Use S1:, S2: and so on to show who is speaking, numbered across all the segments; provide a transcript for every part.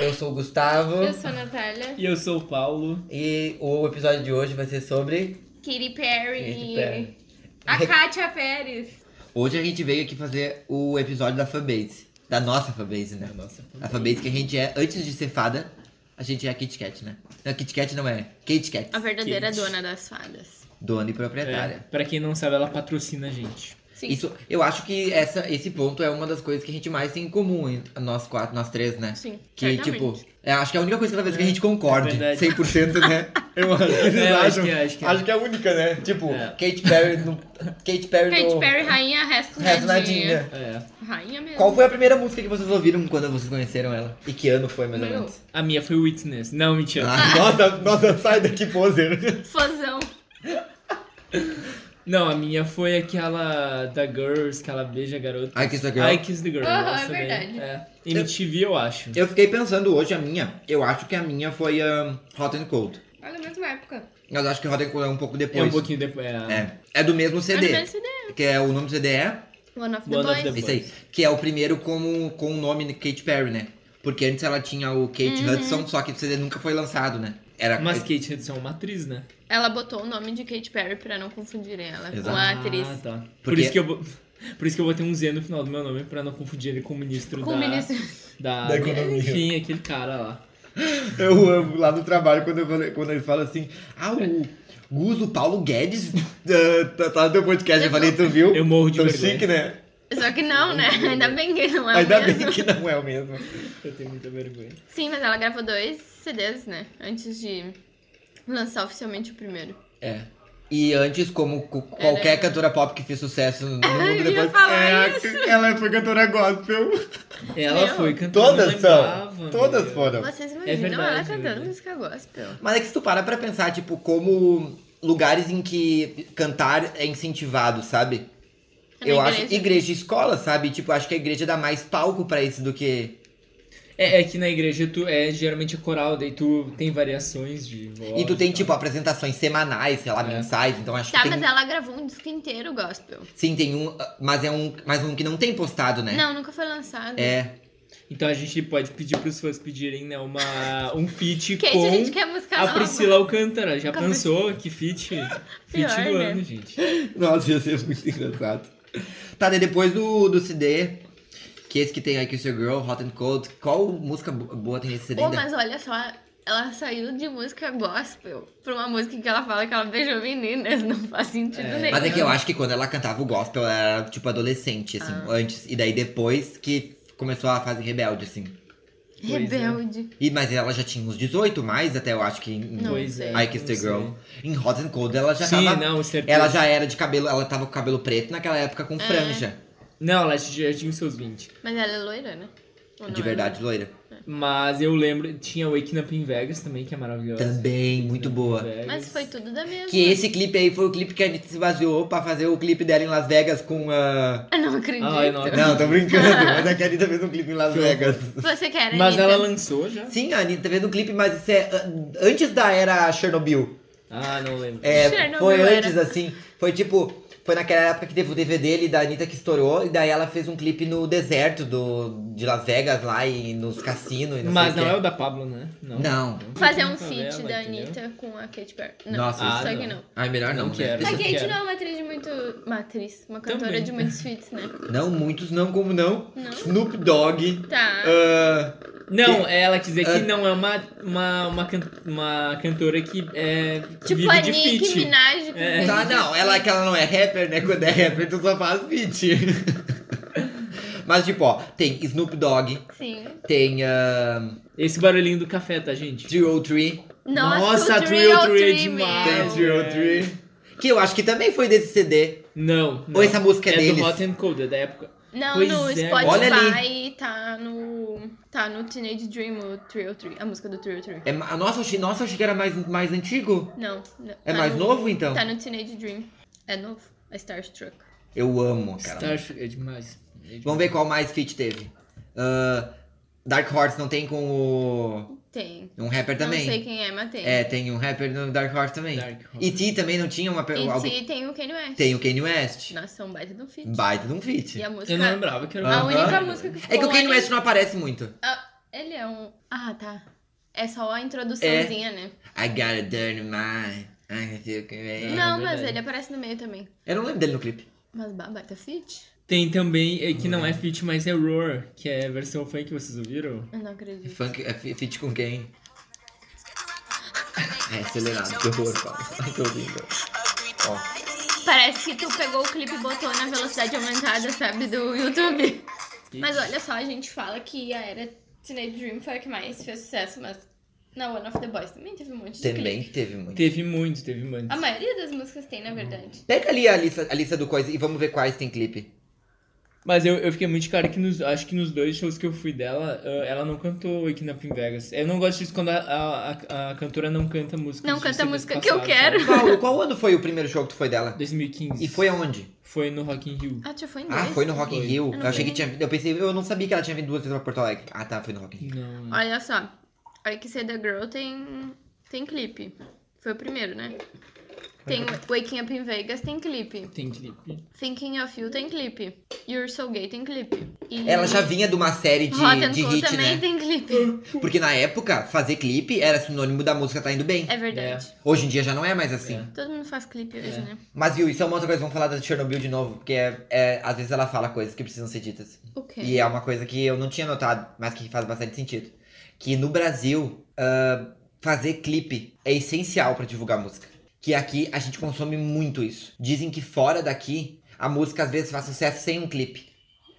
S1: Eu sou o Gustavo
S2: Eu sou a Natália.
S3: E eu sou o Paulo.
S1: e o episódio de hoje vai ser sobre.
S2: Katy Perry.
S1: Katy Perry.
S2: A Kátia Pérez.
S1: Hoje a gente veio aqui fazer o episódio da fanbase. Da nossa fanbase, né?
S3: nossa
S1: A fanbase que a gente é, antes de ser fada, a gente é a Kit Kat, né? Não, Kit Kat não é. Kate Kat.
S2: A verdadeira
S3: Kate.
S2: dona das fadas.
S1: Dona e
S3: É,
S1: proprietária.
S3: pra quem não sabe, ela patrocina a gente.
S2: Sim.
S1: Isso, eu acho que essa, esse ponto é uma das coisas que a gente mais tem em comum, entre nós quatro, nós três, né?
S2: Sim.
S1: Que,
S2: certamente.
S1: tipo, é, acho que é a única coisa que talvez que a gente concorde.
S3: é verdade.
S1: 100%, né? Eu acho que vocês
S3: É, eu acho
S1: acham.
S3: que é, acho que é.
S1: a única, né? Tipo,
S3: É.
S1: Kate Perry no. Kate Perry
S2: Katy
S1: no.
S2: Perry, rainha, resto
S1: Resto
S2: nadinha.
S1: nadinha.
S3: É.
S2: Rainha mesmo.
S1: Qual foi a primeira música que vocês ouviram quando vocês conheceram ela? E que ano foi, mais ou
S2: Meu.
S1: menos?
S3: A minha foi Witness. Não, mentira.
S1: Ah, nossa, nossa, sai daqui, poser.
S2: Fozão.
S3: Não, a minha foi aquela da Girls, que ela beija a garota.
S1: Ai, que isso aqui, ó.
S3: I Kiss the Girl.
S2: Aham,
S3: essa
S2: é
S3: daí.
S2: verdade.
S3: É. MTV, eu acho. É
S1: Eu fiquei pensando hoje, a minha, eu acho que a minha foi ahn, Hot and Cold.
S2: Olha, mesma época.
S1: Mas acho que Hot and Cold é um pouco depois.
S3: É um pouquinho depois. É.
S1: É. É do mesmo CD.
S2: Olha, mesmo ideia.
S1: Que é o nome do CD é.
S2: One of the
S3: One of
S2: Boys.
S3: the Boys.
S1: Esse aí. Que é o primeiro como, com o nome Kate Perry, né? Porque antes ela tinha o Kate
S2: Uhum.
S1: Hudson, só que o CD nunca foi lançado, né? Era
S3: Mas Kate Hudson é uma atriz, né?
S2: Ela botou o nome de Katy Perry pra não confundirem ela com
S1: Exato.
S2: a atriz.
S3: Ah, tá. Por
S1: Porque-
S3: isso que eu vou... Por isso que eu vou ter um Z no final do meu nome pra não confundir ele com o
S1: tá.
S3: ministro
S2: Com o
S3: da...
S2: ministro.
S3: Da...
S1: Da economia.
S3: Enfim, aquele cara lá.
S1: Eu amo lá no trabalho quando, eu, quando ele fala assim: Ah, o Guzo Paulo Guedes ah, tá, tá no teu podcast. Eu falei, tu viu?
S3: Eu morro de
S1: Tão
S3: vergonha.
S1: chique, né?
S2: Só que não, né? Ainda bem que não é o
S1: Ainda
S2: mesmo.
S1: bem que não é o mesmo.
S3: Eu tenho muita vergonha.
S2: Sim, mas ela gravou dois CDs, né? Antes de lançar oficialmente o primeiro.
S1: É. E antes, como co- qualquer cantora pop que fez sucesso no
S2: É, né? eu
S1: mundo
S2: ia
S1: depois.
S2: falar
S1: a- É, Ela foi cantora gospel.
S3: Ela
S2: Meu.
S3: foi cantora.
S1: Todas
S3: eu
S1: são.
S3: lembrava,
S1: Todas
S3: meu.
S1: foram.
S2: Vocês imaginam
S3: verdade,
S2: ela
S3: é
S2: cantando
S3: verdade.
S2: música gospel?
S1: Mas é que se tu parar pra pensar, tipo, como lugares em que cantar é incentivado, sabe?
S2: Na
S1: Eu
S2: É igreja.
S1: acho igreja e escola, sabe? Tipo, acho que a igreja dá mais palco pra isso do que.
S3: É, é que na igreja tu é geralmente coral, daí tu tem variações de voz.
S1: E tu tem,
S3: tal.
S1: tipo, apresentações semanais, sei lá, mensais, então acho
S2: Tá,
S1: que. Tem...
S2: mas ela gravou um disco inteiro gospel.
S1: Sim, tem um. Mas é um. Mas um que não tem postado, né?
S2: Não, nunca foi lançado.
S1: É.
S3: Então a gente pode pedir pros fãs pedirem, né, uma, um feat
S2: Kate,
S3: com
S2: a gente quer música
S3: a
S2: nova.
S3: Priscila Alcântara. Já
S2: Com a
S3: pensou que feat? Feat
S2: Pior,
S3: do
S2: né?
S3: ano, gente.
S1: Nossa, ia ser muito engraçado. Tá, daí depois do, do CD, que é esse que tem aí, Kiss Your Girl, Hot and Cold, qual música bo- boa tem esse CD
S2: Oh,
S1: ainda?
S2: mas olha só, ela saiu de música gospel pra uma música que ela fala que ela beijou meninas. Não faz sentido
S3: É.
S2: nenhum.
S1: Mas é que eu acho que quando ela cantava o gospel, ela era tipo adolescente, assim, antes. E daí depois que começou a fase rebelde, assim.
S3: é.
S2: Rebelde.
S1: E, mas ela já tinha uns 18 mais, até eu acho que em
S2: Não
S3: Pois
S2: sei.
S3: é.
S1: I Kissed
S3: não
S1: a Girl.
S3: sei.
S1: Em Hot and Cold ela já
S3: Sim,
S1: tava.
S3: não, certeza.
S1: Ela já era de cabelo. Ela tava com cabelo preto naquela época com franja.
S3: Não, ela já tinha os seus 20.
S2: Mas ela é loira, né? Ou não
S1: De
S2: é?
S1: verdade, loira.
S3: Mas eu lembro, tinha Waking Up in Vegas também, que é maravilhosa.
S1: Também, Tá muito boa.
S3: Vegas.
S2: Mas foi tudo da mesma.
S1: Que esse clipe aí foi o clipe que a gente se baseou pra fazer o clipe dela em Las Vegas com a.
S2: Eu não acredito.
S3: Ai, Ah, não.
S1: Não, tô brincando, mas é que a Anitta fez um clipe em Las Vegas.
S2: Você quer,
S3: Mas
S2: Anitta?
S3: ela lançou já?
S1: Sim, a Anitta fez um clipe, mas isso é an- antes da era Chernobyl.
S3: Ah, não lembro.
S1: É,
S2: Chernobyl
S1: foi
S2: era.
S1: antes, assim. Foi tipo. Foi naquela época que teve o DVD ali da Anitta que estourou, e daí ela fez um clipe no deserto do, de Las Vegas lá e nos cassinos e não
S3: Mas
S1: sei
S3: não é
S1: o
S3: o da Pablo, né? Não.
S1: que. Não.
S2: Fazer um
S3: Favela,
S2: feat da
S3: entendeu?
S2: Anitta com a Katy Perry. Não,
S1: Nossa,
S3: Ah,
S2: só
S3: não.
S2: que não.
S1: Ai, melhor não.
S3: Não
S1: né?
S3: quero.
S2: A
S3: Isso eu
S2: Kate
S3: quero.
S2: não é uma atriz de muito. Uma atriz, uma cantora
S3: Também.
S2: de muitos feats, né?
S1: Não, muitos não, como não?
S2: Não.
S1: Snoop Dogg.
S2: Tá.
S1: ah,
S3: Não, ela quer dizer
S1: Ah.
S3: que não é uma, uma, uma, can- uma cantora que, é, que
S2: tipo
S3: vive
S2: a
S3: de
S2: Nicki
S3: feat.
S2: Minaj com
S3: É.
S1: Tá,
S2: Cardi B.
S1: não, ela que ela não é rapper, né? Quando é rapper, tu só faz beat. Mas, tipo, ó, tem Snoop Dogg,
S2: Sim.
S1: tem uh,
S3: Esse barulhinho do café, tá, gente?
S1: 303,
S2: Nossa,
S3: Nossa,
S2: o
S3: Trio
S2: Trio
S3: Trio é
S2: Trio,
S3: demais.
S1: tem
S3: Ah,
S2: meu.
S3: Trio.
S1: 303, que eu acho que também foi desse CD.
S3: Não. não.
S1: Ou essa música é
S3: é
S1: deles.
S3: do Hot and Cold, é da época.
S2: Não,
S3: Pois
S2: no
S3: é.
S1: Olha
S2: Spotify tá no. Tá no Teenage Dream, o Trio Three, a música do Trio Three.
S1: É, ma- nossa, eu achei, nossa, eu achei que era mais, mais antigo.
S2: Não. não,
S1: É
S2: tá
S1: mais
S2: no-
S1: novo, então?
S2: Tá no Teenage Dream. É novo. É Starstruck.
S1: Eu amo, cara.
S3: Starship é demais.
S1: Vamos ver qual mais feat teve. Ah, Dark Horse não tem com o...
S2: Tem.
S1: Um rapper
S2: Não
S1: também.
S2: sei quem é, mas tem.
S1: É, tem um rapper no Dark Horse também.
S3: Dark Horse.
S1: E T também não tinha uma. pe-
S2: E
S1: alguém-
S2: se tem o Kanye West.
S1: Tem o Kanye West.
S2: Nossa, é um baita do feat.
S1: Baita de um feat.
S2: E é um a
S3: Eu não
S2: música.
S3: lembrava que era
S2: A
S1: Aham.
S2: única música que ficou.
S1: É que o Kanye
S2: ali-
S1: West não aparece muito.
S2: Ele é um. Ah, tá. É só a introduçãozinha,
S1: É.
S2: né?
S1: I got a dirty mind. I can feel Kanye West.
S2: não,
S3: é
S2: mas
S3: verdade.
S2: ele aparece no meio também.
S1: Eu não lembro dele no clipe.
S2: Mas ba- baita feat?
S3: Tem também, é, que não é feat, mas é Roar, que é a versão funk que vocês ouviram.
S2: Eu não acredito.
S1: Funk, é fe- feat com quem? É acelerado, que horror, Paulo. Que horrível.
S2: Parece que tu pegou o clipe e botou na velocidade aumentada, sabe, do YouTube. Mas olha só, a gente fala que a era Teenage Dream foi a que mais fez sucesso, mas na One of the Boys também teve um monte de clipe.
S1: Também teve muito.
S3: Teve muito, teve muito.
S2: A maioria das músicas tem, na verdade.
S1: Pega ali a lista, a lista do coisa e vamos ver quais tem clipe.
S3: Mas eu, eu fiquei muito de cara que nos, acho que nos dois shows que eu fui dela, ah, ela não cantou Waking Up in Vegas. Eu não gosto disso quando a, a, a cantora não canta música.
S2: Não
S3: de
S2: canta a
S3: CDs
S2: música que eu
S3: passados,
S2: quero.
S3: sabe?
S1: Paulo, qual ano foi o primeiro show que tu foi dela?
S3: 2015.
S1: E foi aonde?
S3: Foi no Rock in Rio.
S2: Ah, já foi em dois.
S1: Ah, foi no Rock in
S3: Foi.
S1: Rio.
S2: não
S1: Eu achei que
S2: sei.
S1: tinha vindo. Eu pensei, eu não sabia que ela tinha vindo duas vezes pra Porto Alegre. Ah, tá, foi no Rock in Rio.
S3: Não.
S2: Olha só, a que Say The Girl tem, tem clipe. Foi o primeiro, né? Tem Waking Up in Vegas, tem clipe.
S3: Tem clipe.
S2: Thinking of You tem clipe. You're So Gay tem clipe. E
S1: Ela já vinha de uma série de,
S2: Hot Uhum. and
S1: de
S2: Cold
S1: hit,
S2: também
S1: né?
S2: tem clipe.
S1: Porque na época, fazer clipe era sinônimo da música tá indo bem.
S2: É verdade.
S1: Hoje em dia já não é mais assim.
S3: É.
S2: Todo mundo faz clipe hoje, né?
S1: Mas viu, isso é uma outra coisa, vamos falar da Chernobyl de novo, porque é, é- às vezes ela fala coisas que precisam ser ditas.
S2: O quê?
S1: E é uma coisa que eu não tinha notado, mas que faz bastante sentido. Que no Brasil, ah, fazer clipe é essencial pra divulgar música. Que aqui a gente consome muito isso. Dizem que fora daqui, a música às vezes faz sucesso sem um clipe.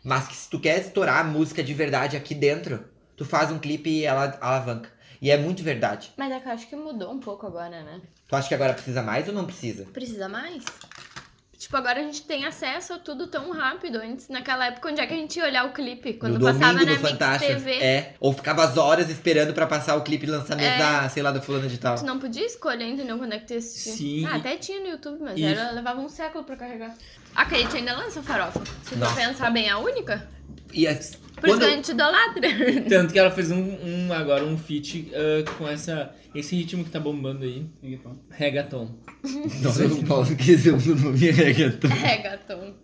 S1: Mas que se tu quer estourar a música de verdade aqui dentro, tu faz um clipe e ela alavanca. E é muito verdade.
S2: Mas é que eu acho que mudou um pouco agora, né?
S1: Tu acha que agora precisa mais ou não precisa?
S2: Precisa mais? Tipo, agora a gente tem acesso a tudo tão rápido. Antes, naquela época, onde é que a gente ia olhar o clipe? Quando
S1: no
S2: passava
S1: domingo
S2: na
S1: no Fantástico.
S2: Mix TV.
S1: É. Ou ficava as horas esperando pra passar o clipe de lançamento
S2: É.
S1: da, sei lá, do fulano de tal.
S2: Tu não podia escolher, entendeu? Quando é que tu ia assistir.
S3: Sim,
S2: Ah,
S3: e-
S2: até tinha no YouTube, mas
S3: e-
S2: era, levava um século pra carregar. A Kate ainda lança farofa. Se tu
S1: Nossa.
S2: pensar bem, é a única.
S1: E as-
S2: Por isso
S1: quando
S2: que é a gente idolatra.
S3: Tanto que ela fez um, um- agora um feat ah, com essa, esse ritmo que tá bombando aí. Reggaeton.
S1: Nossa, eu não quis o nome reggaeton.
S2: É, gatão.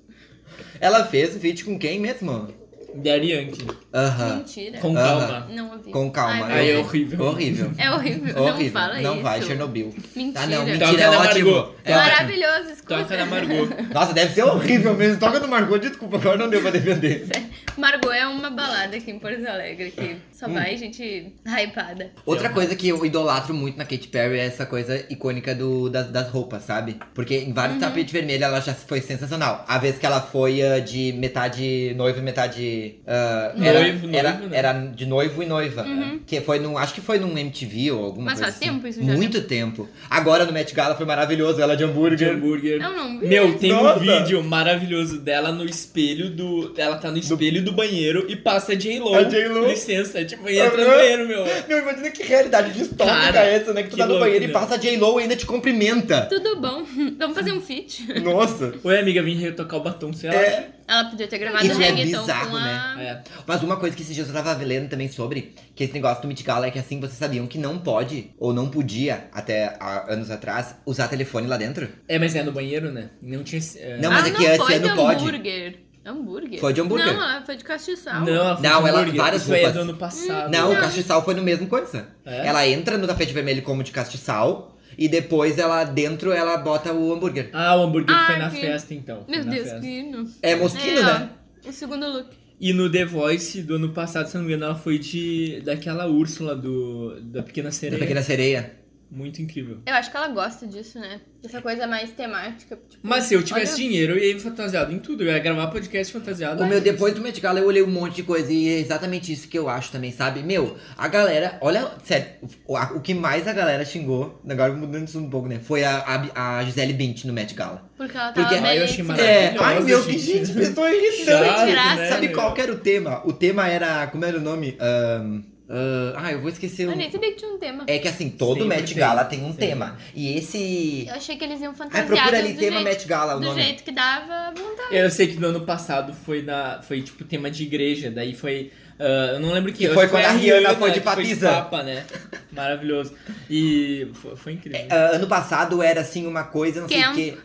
S1: Ela fez o vídeo com quem mesmo?
S3: Daddy Yankee.
S1: Aham.
S2: Mentira.
S3: Com
S1: Ah.
S3: calma.
S2: Não ouvi.
S1: Com calma.
S2: Ai,
S1: né?
S3: Aí é horrível.
S1: Horrível.
S2: É horrível. Não
S1: Horrível.
S2: fala isso.
S1: vai, Chernobyl.
S2: Mentira. Então,
S1: Ah, não,
S3: Toca
S1: mentira, é
S3: na
S1: ótimo.
S3: Margot.
S1: É ótimo. é
S2: Maravilhoso, escuta.
S3: Toca da Margot.
S1: Nossa, deve ser horrível mesmo. Toca no Margot, desculpa, agora não deu pra defender.
S2: Margot é uma balada aqui em Porto Alegre que
S1: Hum.
S2: só vai gente hypada.
S1: Outra coisa que eu idolatro muito na Katy Perry é essa coisa icônica do, das, das roupas, sabe? Porque em vários tapetes vermelhos ela já foi sensacional. A vez que ela foi ah, de metade noivo e metade. ah, era,
S3: Noivo,
S1: era,
S3: noivo, né?
S1: era de noivo e noiva. Que foi num. Acho que foi num MTV ou alguma
S2: Mas
S1: coisa.
S2: faz
S1: assim.
S2: tempo isso já, né?
S1: Muito tempo. Agora no Met Gala foi maravilhoso, ela de hambúrguer.
S3: Hambúrguer.
S2: Eu não vi.
S3: Meu, tem
S1: Nossa.
S3: um vídeo maravilhoso dela no espelho do. Ela tá no espelho do banheiro e passa a J-Lo.
S1: A J.Lo.
S3: Licença, tipo, e entra no
S1: Aham.
S3: banheiro, meu.
S1: Meu, imagina que realidade distópica
S3: Cara,
S1: é essa, né? Que tu
S3: que
S1: tá no
S3: louco,
S1: banheiro e
S3: né?
S1: passa a J-Lo e ainda te cumprimenta.
S2: Tudo bom. Vamos fazer um feat.
S1: Nossa.
S3: Oi, amiga, vim retocar o batom, sei lá.
S1: É.
S2: Ela podia ter gravado
S1: Isso é
S2: reggaeton
S1: bizarro, né?
S2: com a...
S3: É.
S1: Mas uma coisa que esses dias eu tava lendo também sobre, que esse negócio do Met Gala é que assim vocês sabiam que não pode, ou não podia, até há anos atrás, usar telefone lá dentro?
S3: É, mas é no banheiro, né? Não tinha. esse- é.
S1: Não, mas é que
S2: Ah, não
S1: esse
S2: foi
S1: ano
S2: de
S1: pode.
S2: hambúrguer. Hambúrguer?
S1: Foi de hambúrguer.
S2: Não, ela foi de castiçal.
S3: Ah, Não, ela
S1: Não,
S3: foi de
S1: ela-
S3: hambúrguer.
S1: várias
S3: Isso aí é
S1: roupas.
S3: do ano passado.
S1: Não,
S2: Não.
S1: o castiçal foi no mesmo coisa.
S3: É?
S1: Ela entra no tapete vermelho como de castiçal, e depois ela, dentro, ela bota o hambúrguer.
S3: Ah, o hambúrguer foi
S2: Ah,
S3: na
S2: que-
S3: festa, então. Foi
S2: Meu
S3: na
S2: Deus,
S3: festa.
S2: que hino.
S1: É mosquinho,
S2: É, ó,
S1: né?
S2: O segundo look.
S3: E no The Voice do ano passado, se eu não me engano, ela foi de. daquela Úrsula do. da Pequena
S1: Da
S3: Sereia.
S1: pequena é sereia.
S3: Muito incrível.
S2: Eu acho que ela gosta disso, né? Dessa coisa mais temática. Tipo,
S3: Mas se eu tivesse
S2: Olha.
S3: dinheiro, eu ia me fantasiado em tudo. Eu ia gravar podcast fantasiado.
S1: O meu, depois do Met Gala, eu olhei um monte de coisa e é exatamente isso que eu acho também, sabe? Meu, a galera, olha, sério, o, a- o que mais a galera xingou, agora mudando isso um pouco, né? Foi a, a, a Gisele Bint no Met Gala.
S2: porque ela tava
S1: Porque-
S2: bem... assim.
S3: Ah, eu achei maravilhoso.
S1: É, ai meu, que
S3: gente.
S1: gente, pessoa
S3: Chato,
S1: irritante.
S2: né,
S1: Sabe
S3: meu?
S1: qual que era o tema? O tema era, como era o nome? Ahn, ahn, ah, eu vou esquecer o...
S2: Eu nem sabia que tinha um tema.
S1: É que assim, todo
S3: Sempre
S1: Met
S3: tem,
S1: Gala tem um
S3: sempre.
S1: tema. E esse...
S2: Eu achei que eles iam
S1: Ai,
S2: fantasiados
S1: É, procura ali,
S2: do,
S1: tema
S2: jeito,
S1: Met Gala, o
S2: do
S1: nome.
S2: jeito que dava vontade.
S3: Eu sei que no ano passado foi na. Foi tipo tema de igreja. Daí foi Ah, eu não lembro que.
S1: Que
S3: eu
S1: foi
S3: acho
S1: quando
S3: que
S1: a Rihanna foi
S3: que
S1: de
S3: Foi de
S1: papisa.
S3: papa, né? Maravilhoso. E foi, foi incrível.
S1: Ah, ano passado era assim uma coisa, não
S2: Camp.
S1: sei o quê.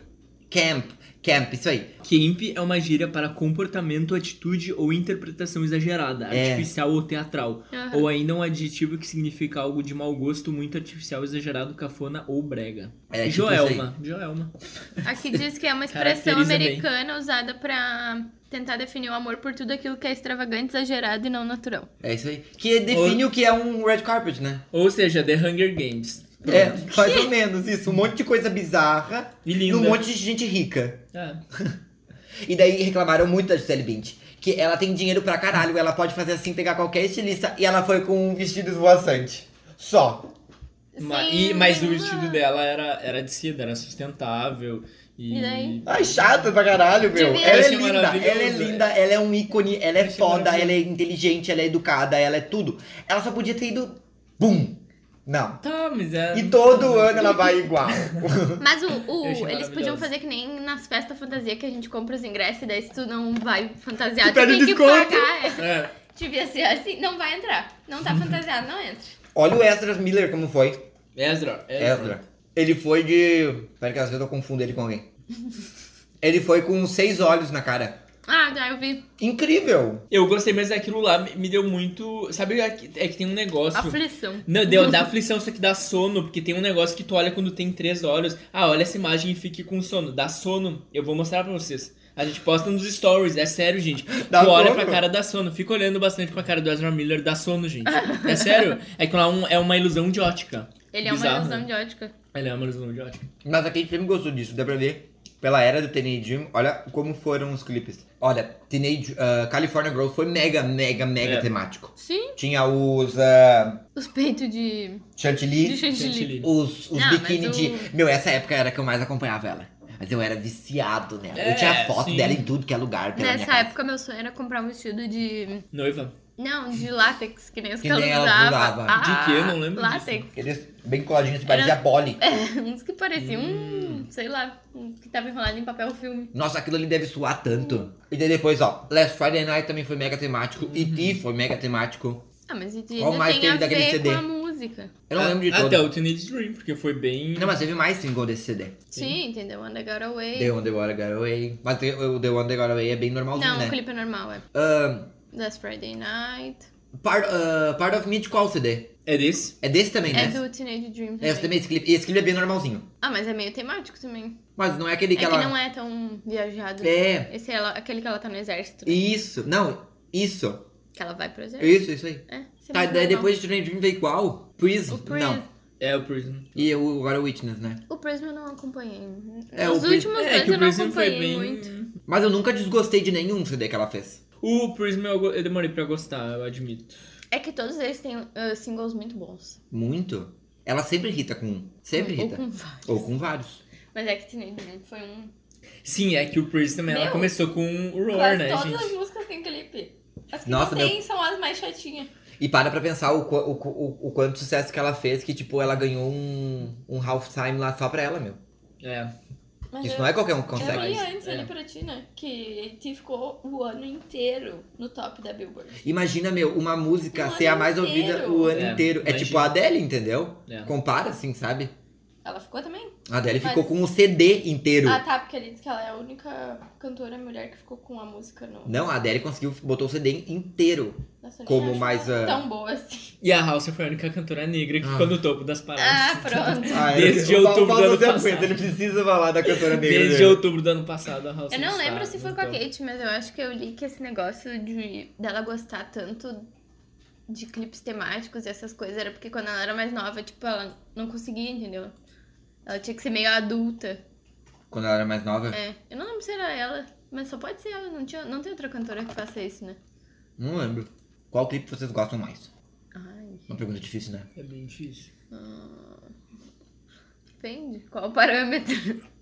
S1: Camp. Camp, isso aí.
S3: Camp é uma gíria para comportamento, atitude ou interpretação
S1: É.
S3: exagerada,
S1: Ah.
S3: artificial ou teatral.
S2: Aham.
S3: Ou ainda um adjetivo que significa algo de mau gosto, muito artificial, exagerado, cafona ou brega.
S1: É, tipo
S3: Joelma. Joelma.
S2: Aqui diz que é uma expressão
S3: Caracteriza bem.
S2: americana usada pra tentar definir o amor por tudo aquilo que é extravagante, exagerado e não natural.
S1: É isso aí. Que define o que é um red carpet, né?
S3: Ou seja, The Hunger Games.
S1: É, mais ou menos isso. Um monte de coisa bizarra.
S3: E
S1: E
S3: linda.
S1: um monte de gente rica.
S3: É.
S1: E daí reclamaram muito da Gisele Bint. Que ela tem dinheiro pra caralho, ela pode fazer assim, pegar qualquer estilista. E ela foi com um vestido esvoaçante. Só.
S2: Sim,
S3: Ma-
S2: é.
S3: e, mas o
S2: nenhuma.
S3: vestido dela era, era de seda, era sustentável. E,
S2: E daí?
S1: Ai, chata pra caralho, meu.
S2: Devia-
S1: Ela é
S3: Achei
S1: linda,
S3: maravilhoso,
S1: ela é linda, ela é um ícone, ela é
S3: Achei
S1: foda,
S3: maravilhoso.
S1: ela é inteligente, ela é educada, ela é tudo. Ela só podia ter ido. Bum! Não.
S3: Tá, mas é.
S1: E todo ano ela vai igual.
S2: Mas o, o-
S3: Eu achei
S2: eles podiam
S3: maravilhoso.
S2: fazer que nem nas festas fantasia que a gente compra os ingressos e daí se tu não vai fantasiado,
S1: Tu pede
S2: tem que
S1: desconto.
S2: pagar. É.
S3: É,
S2: Devia ser assim, não vai entrar. Não tá fantasiado, não entra.
S1: Olha o Ezra Miller como foi.
S3: Ezra.
S1: Ezra. Ele foi de. Pera que às vezes eu confundo ele com alguém. Ele foi com seis olhos na cara.
S2: Ah, já eu vi.
S1: Incrível!
S3: Eu gostei, mas é aquilo lá me me deu muito. Sabe, é que é que tem um negócio.
S2: Aflição.
S3: Não, deu, dá aflição, só que dá sono, porque tem um negócio que tu olha quando tem três olhos. Ah, olha essa imagem e fique com sono. Dá sono. Eu vou mostrar pra vocês. A gente posta nos stories, é sério, gente.
S1: Dá
S3: tu olha
S1: sono?
S3: pra cara, dá sono. Fica olhando bastante pra cara do Ezra Miller, dá sono, gente. É sério? É que lá é um- é uma ilusão de ótica.
S2: Ele é uma
S3: Bizarro,
S2: ilusão
S3: né?
S2: de ótica.
S3: Ele é uma ilusão de ótica.
S1: Mas a Kate sempre gostou disso, dá pra ver. Pela era do Teenage Dream, olha como foram os clipes. Olha, Teenage, ah, California Girls foi mega, mega, mega
S3: É.
S1: temático.
S2: Sim.
S1: Tinha os ah,
S2: Os peitos de. de
S1: chantilly,
S2: chantilly.
S3: Chantilly.
S1: os, os
S2: Ah, mas
S1: biquíni
S2: o-
S1: de... Meu, essa época era que eu mais acompanhava ela. Mas eu era viciado nela. eu
S3: É,
S1: tinha foto
S3: sim.
S1: dela em tudo que é lugar pela minha
S2: Nessa
S1: casa.
S2: época, meu sonho era comprar um vestido de.
S3: Noiva.
S2: Não, de látex, que nem os
S1: Que
S2: que ela
S1: nem ela
S2: usava.
S1: usava.
S2: Ah,
S3: De quê? Eu não lembro
S2: Látex.
S1: Aqueles bem coladinhos, tipo, parecia
S2: Era-
S1: bole.
S2: É, uns que pareciam,
S3: Hum.
S2: um, sei lá, um que tava enrolado em papel filme.
S1: Nossa, aquilo ali deve suar tanto. E daí depois, ó, Last Friday Night também foi mega temático.
S3: Uhum.
S1: E.T. foi mega temático.
S2: Ah, mas isso
S1: Qual mais
S2: tem
S1: teve
S2: a
S1: daquele
S2: ver
S1: CD?
S2: com a música.
S1: Eu não
S3: Ah,
S1: lembro de
S3: Até
S1: todos.
S3: o Teenage Dream, porque foi bem.
S1: Não, mas teve mais single desse CD.
S2: Sim, entendeu? One That Got Away.
S1: The One They Gotta Get Away. Mas tem- o The One They Gotta Away é bem normalzinho,
S2: Não,
S1: né?
S2: o clipe é normal, é.
S1: Ahn,
S2: Last Friday Night.
S1: part, ah, part of Me de qual CD?
S3: É desse?
S1: É desse também, né?
S2: É do Teenage Dream
S1: É,
S2: também.
S1: esse também, esse clipe. Esse clipe é bem normalzinho.
S2: Ah, mas é meio temático também.
S1: Mas não é aquele
S2: É
S1: que
S2: que
S1: ela...
S2: não é tão viajado.
S1: É.
S2: Esse é ela- aquele que ela tá no exército.
S1: Isso. Não, isso.
S2: Que ela vai pro exército.
S1: Isso, isso aí.
S2: É, isso é
S1: Tá,
S2: muito
S1: daí
S2: normal.
S1: depois de Teenage Dream veio qual? Prism.
S2: O Prism.
S1: Não.
S3: É o Prison.
S1: E o agora Witness, né?
S2: O Prism eu não acompanhei.
S1: É, o
S2: Os
S1: Prism-
S2: últimos
S3: é,
S2: dois
S3: que
S2: eu
S3: o
S2: não
S3: Prism foi
S2: acompanhei
S3: bem.
S2: muito.
S1: Mas eu nunca desgostei de nenhum CD que ela fez.
S3: O Prism eu, go- eu demorei pra gostar, eu admito.
S2: É que todos eles têm ah, singles muito bons.
S1: Muito. Ela sempre irrita com um. Sempre
S2: Ou
S1: irrita.
S2: com vários.
S1: Ou com vários.
S2: Mas é que Teenage Dream foi um...
S3: Sim, é que o Prism ela
S2: Meu,
S3: começou com o Roar,
S2: Quase
S3: né,
S2: todas
S3: gente?
S2: as músicas têm clipe. As que
S1: Nossa,
S2: não tem são as mais chatinhas.
S1: E para pra pensar o, qu- o, qu- o, o quanto sucesso que ela fez, que tipo, ela ganhou um, um halftime lá só pra ela, meu.
S3: É.
S2: Mas
S1: Isso
S2: eu-
S1: não é qualquer um que
S2: Eu
S1: consegue.
S2: li
S3: mas-
S2: antes
S3: é.
S2: ali pra ti, né? Que AT ficou o ano inteiro no top da Billboard.
S1: Imagina, meu, uma música
S2: O Um ano
S1: ser a mais
S2: inteiro.
S1: ouvida o ano
S3: É,
S1: inteiro. É
S3: imagina.
S1: tipo a Adele, entendeu?
S3: É.
S1: Compara assim, sabe?
S2: Ela ficou também?
S1: A Adele
S2: Mas-
S1: ficou com um CD inteiro.
S2: Ah, tá, porque ele disse que ela é a única cantora mulher que ficou com a música no.
S1: Não, a Adele conseguiu, botou o CD inteiro.
S2: Nossa,
S1: Né,
S2: eu nem
S1: Como
S2: acho
S1: mais,
S2: ela
S1: ah,
S2: Tão boa assim.
S3: E a House foi a única cantora negra que
S1: Ah.
S3: ficou no topo das
S2: Ah,
S3: paradas.
S2: pronto.
S1: Ah,
S3: Desde
S1: eu- o Paulo-
S3: outubro do
S1: Paulo
S3: ano
S1: Zé Coelho,
S3: passado.
S1: Ele precisa falar da cantora negra.
S3: Desde
S1: dele. né?
S3: outubro do ano passado a House
S2: Eu não
S3: está
S2: lembro se foi
S3: no
S2: com a
S1: então?
S3: topo.
S2: Kate, mas eu acho que eu li que esse negócio de dela gostar tanto de clipes temáticos e essas coisas era porque quando ela era mais nova, tipo, ela não conseguia, entendeu? Ela tinha que ser meio adulta.
S1: Quando ela era mais nova.
S2: É, eu não lembro se era ela, mas só pode ser ela, não, tinha, não tem outra cantora que faça isso, né?
S1: Não lembro. Qual clipe vocês gostam mais?
S2: Ai,
S1: Uma pergunta difícil, né?
S3: É bem difícil.
S2: ah, depende, qual o parâmetro?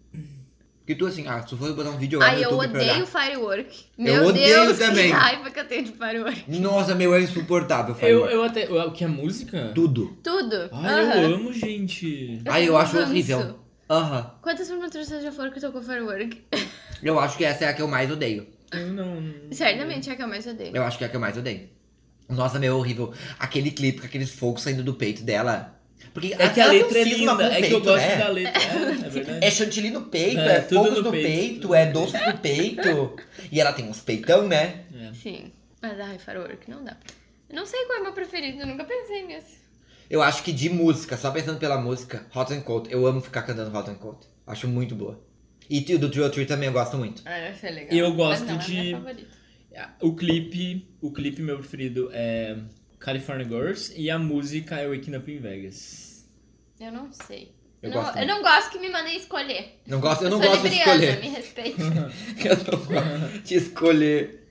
S1: Porque tu, assim, ah, se eu fosse botar um vídeo agora no
S2: Ai, eu
S1: YouTube pra olhar-
S2: odeio firework. Meu
S1: odeio
S2: Deus,
S1: também.
S2: que raiva que eu tenho de firework.
S1: Nossa, meu, é insuportável,
S3: Eu,
S1: Firework.
S3: eu até. O que é música?
S1: Tudo.
S2: Tudo.
S3: Ai, eu
S2: Aham.
S3: amo, gente.
S1: Ai, eu acho
S2: Danço.
S1: horrível. Aham.
S2: Quantas formaturas você já foram que tocou firework?
S1: Eu acho que essa é a que eu mais odeio.
S3: Eu não.
S2: Certamente é a que eu mais odeio.
S1: Eu acho que é a que eu mais odeio. Nossa, meu, horrível. Aquele clipe com aqueles fogos saindo do peito dela. Porque
S3: É que a
S1: ela tem um
S3: letra é
S1: cisma
S3: linda,
S1: com o
S3: é que eu
S1: peito,
S3: gosto
S1: né?
S3: da letra. É, é verdade.
S1: É chantilly no peito,
S3: É,
S1: é,
S3: tudo
S1: fogos
S3: no
S1: no,
S3: peito,
S1: peito,
S3: tudo
S1: é
S3: no
S1: doce no peito. E ela tem uns peitão, né?
S3: É.
S2: Sim. Mas ai, firework, não dá. Eu não sei qual é o meu preferido, eu nunca pensei nisso.
S1: Eu acho que de música, só pensando pela música, Hot and Cold. Eu amo ficar cantando Hot and Cold. Acho muito boa. E t- do Trio Tree também eu gosto muito.
S2: Ah, eu achei legal.
S3: Eu
S2: Mas
S3: gosto
S2: não, É
S3: de-
S2: minha favorita.
S3: O clipe, o clipe meu preferido é California Girls e a música é Waking Up in Vegas.
S2: eu não sei.
S1: Eu
S2: não,
S1: gosto
S2: eu não gosto que me mandem escolher.
S1: Não gosto, eu não
S2: sou
S1: gosto de
S2: libriana,
S1: escolher.
S2: me respeite.
S1: Eu não gosto de um escolher.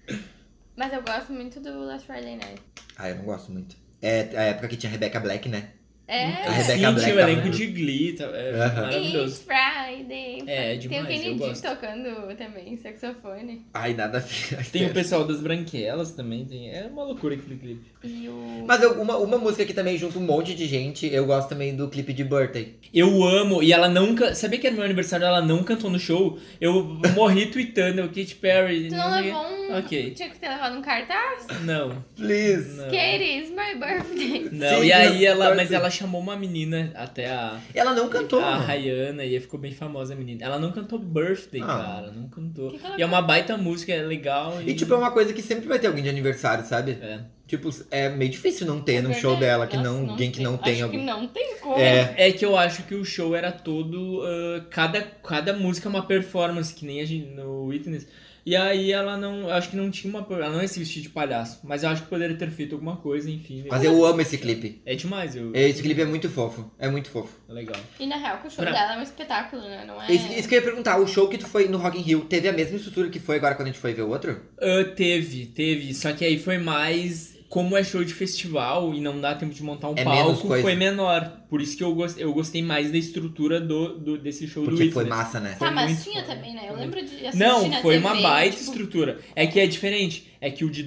S2: Mas eu gosto muito do Last Friday Night.
S1: Ah, eu não gosto muito. É a época que tinha Rebecca Black, né?
S2: É.
S1: A Rebecca
S3: Sim,
S1: Black
S3: tinha o
S1: tá
S3: elenco
S1: muito-
S3: de Glee, tá- é
S1: Aham.
S2: It's
S3: Ah, maravilhoso.
S2: Friday.
S3: É, é
S2: Tem o
S3: demais, eu
S2: Kennedy então.
S3: gosto.
S2: tocando também, saxofone.
S1: Ai, nada a ver.
S3: Tem um o pessoal das branquelas também, tem... é uma loucura aquele clipe.
S2: E o.
S1: Mas eu- uma, uma música que também junta um monte de gente, eu gosto também do clipe de Birthday.
S3: Eu amo, e ela não... can- Sabia que era meu aniversário ela não cantou no show? Eu morri tweetando, Katy Perry...
S2: Tu não
S3: sei o quê.
S2: levou um.
S3: né? Ok. É.
S2: Tinha que ter levado um cartaz?
S3: Não,
S1: Please.
S3: não.
S2: Katie, it's my birthday.
S3: Não,
S1: Sim,
S3: e aí
S1: não,
S3: ela...
S1: pode
S3: Mas
S1: ser.
S3: ela chamou uma menina até a...
S1: Ela não cantou.
S3: A
S1: mano.
S3: Rihanna, e ficou bem famosa a menina. Ela não cantou Birthday,
S1: Ah.
S3: cara. Não cantou.
S2: Que que ela
S3: E é uma baita música, é legal. E,
S1: E tipo, é uma coisa que sempre vai ter alguém de aniversário, sabe?
S3: É.
S1: Tipo, é meio difícil não ter num
S2: é Verdade.
S1: show dela que
S2: Nossa,
S1: não, alguém que não tem
S2: Acho que
S1: algum.
S2: não tem como.
S1: É.
S3: É que eu acho que o show era todo. ah, cada, cada música é uma performance, que nem a gente no Witness. E aí ela não. eu Acho que não tinha uma. per- Ela não ia se vestir de palhaço. Mas eu acho que poderia ter feito alguma coisa, enfim. né?
S1: Mas eu amo esse clipe.
S3: É demais, eu... é
S1: Esse clipe é muito fofo. É muito fofo.
S3: legal.
S2: E na real, que o show
S3: Pra-
S2: dela é um espetáculo, né? Não é.
S1: Isso, isso que eu ia perguntar, o show que tu foi no Rock in Rio teve a mesma estrutura que foi agora quando a gente foi ver o outro?
S3: Ah, teve, teve. Só que aí foi mais. Como é show de festival e não dá tempo de montar um
S1: É menos
S3: palco,
S1: coisa.
S3: foi menor. Por isso que eu, gost... eu gostei mais da estrutura do, do- desse show do
S1: Porque
S3: Witness.
S1: foi massa, né?
S2: Tá,
S3: foi
S2: mas
S3: muito
S2: tinha
S3: foda.
S2: também, né? Eu
S3: Foi
S2: lembro de assistir
S3: Não,
S2: na
S3: foi
S2: TV,
S3: uma baita
S2: tipo,
S3: estrutura. É que é diferente. É que o de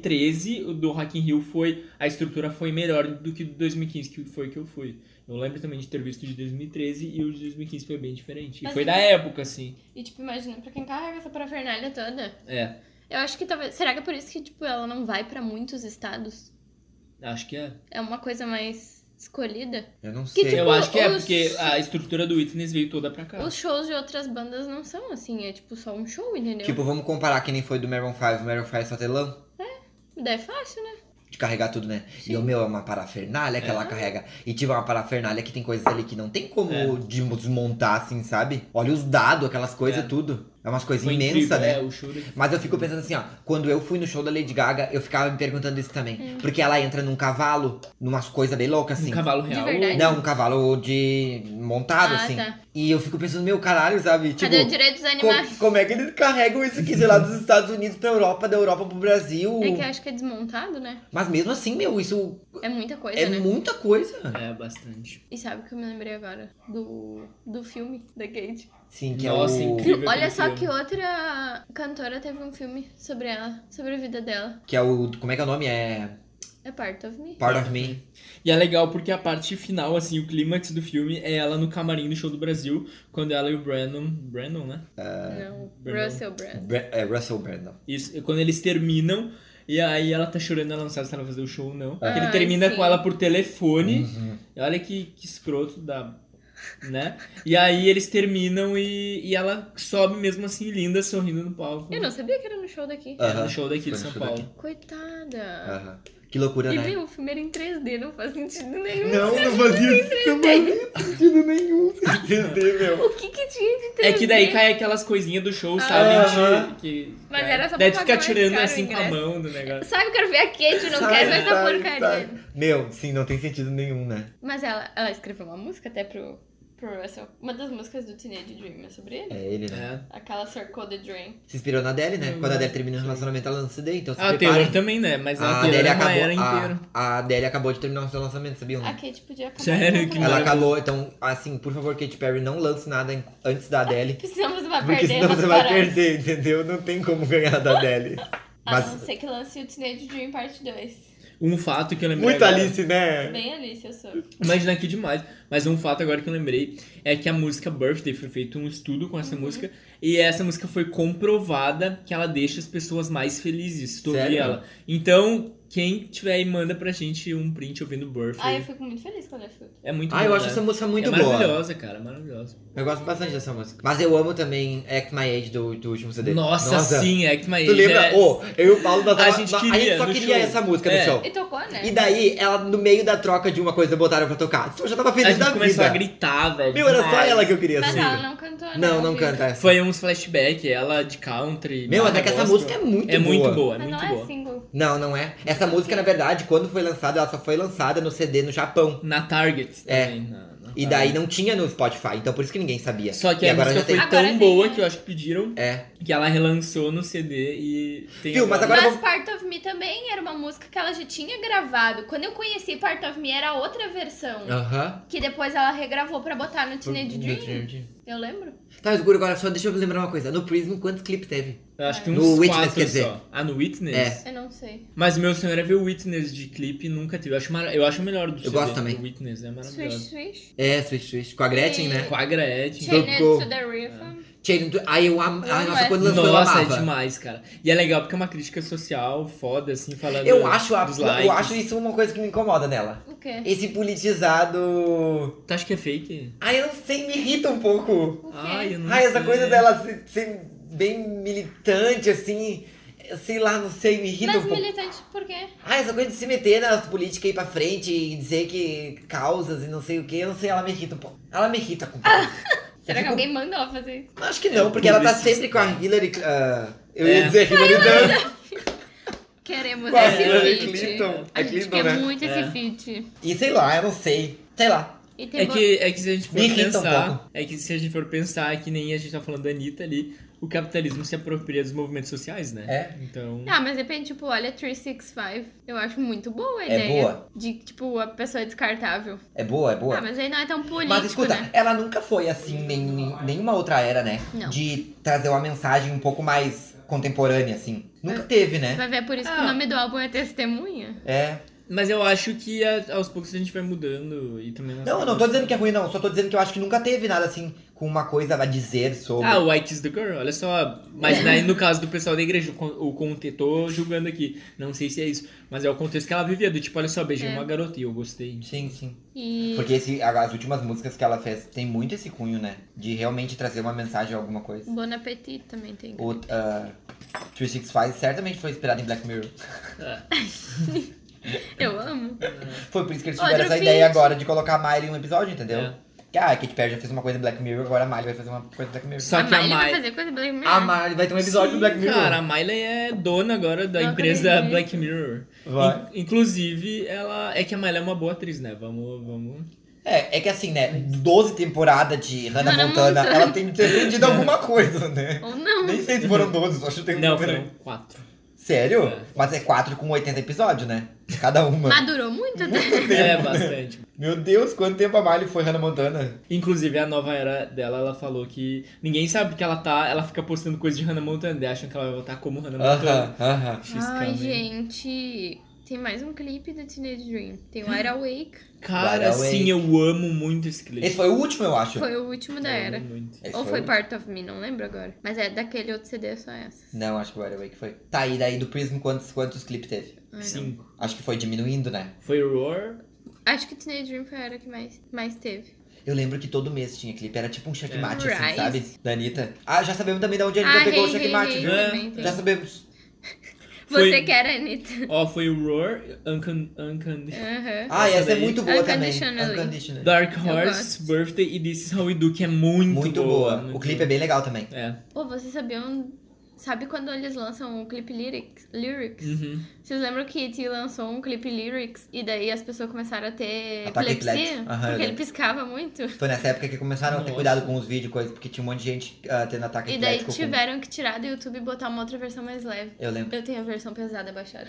S3: 2013, o do Rock in Rio foi. A estrutura foi melhor do que o de 2015, que foi que eu fui. Eu lembro também de ter visto o de 2013 e o de 2015 foi bem diferente. E
S2: Mas
S3: foi
S2: eu-
S3: da época, assim.
S2: E tipo, imagina, pra quem carrega essa parafernália toda.
S3: É,
S2: Eu acho que talvez. Será que é por isso que, tipo, ela não vai pra muitos estados?
S3: acho que é.
S2: É uma coisa mais escolhida?
S1: Eu não
S2: Que
S1: sei.
S2: tipo-
S3: Eu acho que é,
S2: os-
S3: porque a estrutura do Witness veio toda pra
S1: Ah.
S3: cá.
S2: Os shows de outras bandas não são assim, é tipo só um show, entendeu?
S1: Tipo, vamos comparar que nem foi do Maroon 5. O Maroon 5 só telão.
S2: Daí é fácil, né?
S1: de carregar tudo, né?
S2: Sim.
S1: E o meu é uma parafernália que
S3: É.
S1: ela carrega. E tipo, é uma parafernália que tem coisas ali que não tem como
S3: É.
S1: de- desmontar, assim, sabe? Olha os dados, aquelas coisas,
S3: É.
S1: tudo. É umas coisas
S3: Foi
S1: imensas,
S3: incrível,
S1: né?
S3: é, o show daqui.
S1: Mas eu fico pensando assim, ó, quando eu fui no show da Lady Gaga, eu ficava me perguntando isso também. Porque ela entra num cavalo, numas coisas bem loucas,
S3: Um
S1: assim.
S3: cavalo real.
S2: verdade.
S1: Não, um cavalo de. montado,
S2: ah,
S1: assim.
S2: tá.
S1: E eu fico pensando, meu caralho, sabe? Tipo,
S2: Cadê o direito dos
S1: co-
S2: animais?
S1: como é que eles carregam isso aqui, sei lá, dos Estados Unidos pra Europa, da Europa pro Brasil?
S2: É que eu acho que é desmontado, né?
S1: Mas mesmo assim, meu, isso
S2: É muita coisa,
S1: é
S2: né?
S1: muita coisa.
S3: É, bastante.
S2: E sabe o que eu me lembrei agora? Do, do filme da Kate.
S1: Sim, que
S3: Nossa,
S1: é o
S3: incrível. aquele
S2: Olha só
S3: filme.
S2: que outra cantora teve um filme sobre ela, sobre a vida dela.
S1: que é o como é que é o nome? É
S2: É Part of Me.
S1: Part of Me.
S3: E é legal porque a parte final, assim, o clímax do filme é ela no camarim do show do Brasil, quando ela e o Brandon. Brandon, né?
S2: Não,
S3: Brandon.
S2: Russell Brand.
S1: Bra- é, Russell Brandon.
S3: Isso, quando eles terminam, e aí ela tá chorando, ela não sabe se ela vai fazer o show ou não.
S2: Ah,
S3: ele termina
S2: sim.
S3: com ela por telefone.
S1: Uhum.
S3: E Olha que, que escroto da. Né? E aí eles terminam e, e ela sobe mesmo assim, linda, sorrindo no palco.
S2: Eu não sabia que era no show daqui.
S1: Ah.
S3: Era
S1: Aham.
S3: É, no show daqui de
S1: Foi no
S3: São
S1: show
S3: Paulo.
S2: Coitada.
S1: Aham. Que loucura,
S2: E
S1: né?
S2: viu, o filme era em 3D, não faz sentido nenhum.
S1: Não, não fazia, não fazia sentido nenhum. Entendeu, meu?
S2: O que que tinha de 3D?
S3: É que daí cai aquelas coisinhas do show,
S2: Ah.
S3: sabe?
S1: Aham.
S3: de- que,
S2: Mas
S3: né?
S2: era só
S3: Daí tu
S2: pra pagar
S3: fica
S2: mais
S3: tirando
S2: caro o
S3: assim com a
S2: ingresso.
S3: mão do negócio.
S2: Sabe, eu quero ver a Kate, não
S1: Sai,
S2: quero mais essa
S1: sai,
S2: porcaria.
S1: sai. Meu, sim, não tem sentido nenhum, né?
S2: Mas ela, ela escreveu uma música até pro, pro Russell. Uma das músicas do Teenage Dream é sobre ele.
S1: É ele, né?
S3: É.
S2: Aquela Circle the Dream.
S1: Se inspirou na Adele, né?
S3: Hum.
S1: Quando a Adele termina o relacionamento, ela não se deu, então se
S3: Ah, a
S1: preparem.
S3: Taylor também, né? Mas a,
S1: A
S3: Taylor
S1: Adele
S3: é uma
S1: acabou. Ah.
S3: era inteira.
S1: a- A Adele acabou de terminar o seu lançamento, sabiam?
S2: A
S1: né?
S2: Kate podia acabar.
S3: Sério?
S2: com
S3: Que
S2: ela.
S1: Ela
S3: maravilha.
S1: acabou, então, assim, por favor, Katy Perry, não lance nada em- antes da Adele.
S2: Precisamos de uma
S1: Porque
S2: perder.
S1: senão você vai
S2: parar.
S1: perder, entendeu? Não tem como ganhar da Adele.
S2: A não
S1: Mas
S2: ser que lance o Teenage Dream Parte 2.
S3: Um fato que eu lembrei.
S1: muito
S3: agora.
S1: Alice, né?
S2: Bem Alice, eu sou.
S3: Imagina que demais. Mas um fato agora que eu lembrei é que a música Birthday foi feito um estudo com
S1: Uhum.
S3: essa música e essa música foi comprovada que ela deixa as pessoas mais felizes. Se tu ouvir
S1: Sério?
S3: ela. Então, quem tiver aí, manda pra gente um print ouvindo Birthday.
S2: Ai, eu fico muito feliz quando eu escuto.
S3: É muito
S1: Ah,
S3: bom,
S1: eu acho
S3: né?
S1: essa música muito
S3: é
S1: boa.
S3: maravilhosa, cara, maravilhosa.
S1: Eu gosto bastante dessa música. Mas eu amo também Act My Age do, do último CD.
S3: Nossa, sim, Act My
S1: Tu
S3: Age
S1: lembra?
S3: é-
S1: Ô, eu e o Paulo nós
S3: A
S1: tava-
S3: gente
S1: nós-
S3: queria,
S1: só
S3: no
S1: queria
S3: show.
S1: essa música
S3: É.
S1: no show.
S2: E tocou, né?
S1: E daí, ela, no meio da troca de uma coisa, botaram pra tocar. Então, Eu já tava
S3: a
S1: feliz
S3: gente
S1: da
S3: começou
S1: vida.
S3: a gritar, velho.
S1: Meu, era só
S3: demais.
S1: ela que eu queria,
S2: Mas
S1: assim.
S2: ela não cantou, né?
S1: Não, não
S2: Ouvi.
S1: canta essa.
S3: Foi uns flashback, ela de country.
S1: Meu,
S3: nada
S1: até que essa
S3: gospel.
S1: música é muito
S3: é
S1: boa.
S3: muito boa, é
S2: Mas
S3: muito
S2: não
S3: boa.
S2: é single.
S1: Não, assim. não é. Essa música, na verdade, quando foi lançada, ela só foi lançada no CD no Japão.
S3: Na Target
S1: É.
S3: também. na- na
S1: E daí não tinha no Spotify, então por isso que ninguém sabia.
S3: Ah. Só que
S1: e
S3: a
S1: agora já
S3: música foi
S1: tem.
S3: tão
S2: Agora tem,
S3: boa
S2: né?
S3: que eu acho que pediram
S1: É.
S3: que ela relançou no CD e tem.
S1: Viu, mas Agora eu
S2: Mas
S1: vou-
S2: Part of Me também era uma música que ela já tinha gravado. Quando eu conheci Part of Me era outra versão.
S1: Ah. Aham.
S2: Que depois ela regravou pra botar no Teenage Dream.
S1: Tá,
S2: Eu lembro.
S1: mas Guru, agora só deixa eu lembrar uma coisa. No Prism, quantos clipes teve?
S3: Eu acho que uns
S1: No Witness,
S3: quatro
S1: quer dizer.
S3: só. Ah, no Witness?
S1: É.
S2: Eu não sei.
S3: Mas meu senhor é ver o Witness de clipe e nunca teve. Eu acho, mara- eu acho o melhor do CD.
S1: gosto também.
S3: O Witness é
S2: Swish,
S3: maravilhoso.
S2: swish.
S1: É, Switch Switch. Com a Gretchen, né?
S3: Com a Gretchen.
S2: Chained
S1: Tocou. Ah.
S2: to the Rhythm.
S1: Chain to... Ai, eu amo. Ai,
S2: Não,
S1: nossa,
S2: é.
S1: quando lançou eu
S3: Nossa, é
S1: amava.
S3: demais, cara. E é legal porque é uma crítica social foda, assim, falando.
S1: eu acho, a-
S3: dos likes.
S1: eu acho isso uma coisa que me incomoda nela.
S2: O quê?
S1: Esse politizado.
S3: Tu acha que é fake?
S1: Ai, eu não sei, me irrita um pouco.
S2: O quê?
S3: Ai, eu não
S1: Ai, essa
S3: sei.
S1: coisa dela se- ser bem militante, assim, sei lá, não sei, me irrita
S2: Mas
S1: um pouco.
S2: militante por quê?
S1: Ai, essa coisa de se meter na política e ir pra frente e dizer que causas e não sei o que, eu não sei, ela me irrita um pouco. Ela me irrita com
S2: Ah. Será que alguém manda ela fazer isso?
S1: Acho que não, porque ela tá sempre com a Hillary. ah, eu ia
S3: É.
S1: dizer Hillary Duff.
S2: Queremos
S1: Com a Hillary
S2: esse feat.
S1: É Clinton.
S2: A
S1: É
S2: é gente
S1: Clinton,
S2: quer
S1: né?
S2: muito
S3: É.
S2: esse feat.
S1: E sei lá, eu não sei. Sei lá.
S2: E tem
S3: É
S2: bo-
S3: que, é que se a gente for
S1: Me irrita um
S3: pensar,
S1: pouco.
S3: é que se a gente for pensar, é que nem a gente tá falando da Anitta ali, o capitalismo se apropria dos movimentos sociais, né?
S1: É.
S3: Então.
S2: Ah, mas depende, tipo, olha 365. Eu acho muito boa a
S1: É
S2: ideia.
S1: boa.
S2: De, tipo, a pessoa é descartável.
S1: É boa, é boa.
S2: Ah, mas aí não é tão político,
S1: Mas escuta,
S2: né?
S1: ela nunca foi assim, nem, nem- nenhuma outra era, né?
S2: Não.
S1: De trazer uma mensagem um pouco mais contemporânea, assim. Nunca teve, né?
S2: Vai ver, por isso que
S3: Ah.
S2: o nome do álbum é Testemunha.
S1: É.
S3: Mas eu acho que a- aos poucos a gente vai mudando e também
S1: Não, eu não tô dizendo que é ruim, não. Só tô dizendo que eu acho que nunca teve nada assim com uma coisa a dizer sobre.
S3: Ah, o I Kiss the Girl, olha só.
S1: É.
S3: Mas daí, no caso do pessoal da igreja, o con- o contexto, tô julgando aqui, não sei se é isso, mas é o contexto que ela vivia, do tipo, olha só, beijei
S2: É.
S3: uma garota e eu gostei.
S1: Sim, sim.
S2: E.
S1: Porque esse, as últimas músicas que ela fez tem muito esse cunho, né? De realmente trazer uma mensagem, alguma coisa.
S2: Bon Appetit também tem.
S1: O ah, 365 certamente foi inspirado em Black Mirror.
S2: Eu amo.
S1: Foi por isso que eles tiveram
S2: Outro
S1: essa ideia
S2: feat.
S1: agora de colocar a Miley em um episódio, entendeu?
S3: É.
S1: Que ah, a Katy Perry já fez uma coisa em Black Mirror, agora a Miley vai fazer uma coisa em Black Mirror.
S3: Só
S2: a
S3: que a
S2: Miley tá vai
S3: Miley.
S2: fazer coisa Black Mirror.
S1: A Miley vai ter um episódio do Black Mirror.
S3: Cara, a Miley é dona agora da
S2: Não
S3: empresa
S2: acredito.
S3: Black Mirror.
S1: Vai.
S3: In- inclusive, ela. É que a Miley é uma boa atriz, né? Vamos. vamos...
S1: É, é que assim, né? 12 temporadas de Hannah
S2: Hannah
S1: Montana,
S2: Montana.
S1: ela tem que ter aprendido alguma coisa, né?
S2: Ou não.
S1: É. Nem sei se foram 12, só chutei um
S3: Não,
S1: número.
S3: foram quatro.
S1: Sério?
S3: É.
S1: Mas é 4 com 80 episódios, né? Cada uma.
S2: Mas durou muito, né?
S3: É, bastante.
S1: Meu Deus, quanto tempo a Miley foi Hannah Montana?
S3: Inclusive, a nova era dela, ela falou que ninguém sabe que ela tá. Ela fica postando coisa de Hannah Montana, daí acham que ela vai voltar como Hannah
S1: Aham,
S3: Montana.
S1: aham.
S3: She's
S2: Ai,
S3: coming.
S2: gente. Tem mais um clipe do Teenage Dream. Tem
S1: Hum.
S2: Wide Awake.
S3: Cara,
S1: Wide
S3: sim, eu amo muito esse clipe.
S1: um Esse É foi o último, eu acho.
S2: Foi o último da
S3: Eu
S2: era.
S3: amo muito.
S1: Esse
S2: Ou foi
S1: o-
S2: Part of Me, não lembro agora. Mas é daquele outro CD, só essa.
S1: Não, acho que o Wide Awake foi. Tá, e daí do Prism quantos, quantos clipes teve?
S2: Ai, não.
S3: Cinco.
S1: Acho que foi diminuindo, né?
S3: Foi Roar.
S2: Acho que Teenage Dream foi a era que mais, mais teve.
S1: Eu lembro que todo mês tinha clipe, era tipo um checkmate, assim,
S2: Rise.
S1: sabe? Da Anitta. Ah, já sabemos também de onde a Anitta pegou o checkmate, viu?
S3: hey.
S2: também tem.
S1: Já sabemos.
S3: Foi-
S2: Você que era Anitta.
S3: Ó, foi Roar, Uncon, Uncon,
S2: Aham.
S1: Ah,
S3: Essa
S1: essa é
S3: daí.
S1: muito boa também.
S2: Unconditionally.
S1: Unconditionally.
S3: Dark
S2: Eu
S3: Horse, Birthday e This Is How We Do, que é muito,
S1: Muito boa.
S3: muito
S1: O clipe é bem legal também.
S3: boa. É.
S2: Pô, vocês sabiam. um, Sabe quando eles lançam o clipe lyrics? lyrics?
S3: Uhum.
S2: Vocês lembram que E.T. lançou um clipe lyrics e daí as pessoas começaram a ter
S1: Ataque
S2: epilepsia?
S1: epilético. Aham, eu
S2: porque ele
S1: lembro.
S2: piscava muito.
S1: Foi nessa época que começaram a ter
S3: Nossa.
S1: cuidado com os vídeos e coisa, porque tinha um monte de gente ah, tendo ataque
S2: E daí
S1: epilético com-
S2: tiveram que tirar do YouTube e botar uma outra versão mais leve.
S1: Eu lembro.
S2: Eu tenho a versão pesada baixada.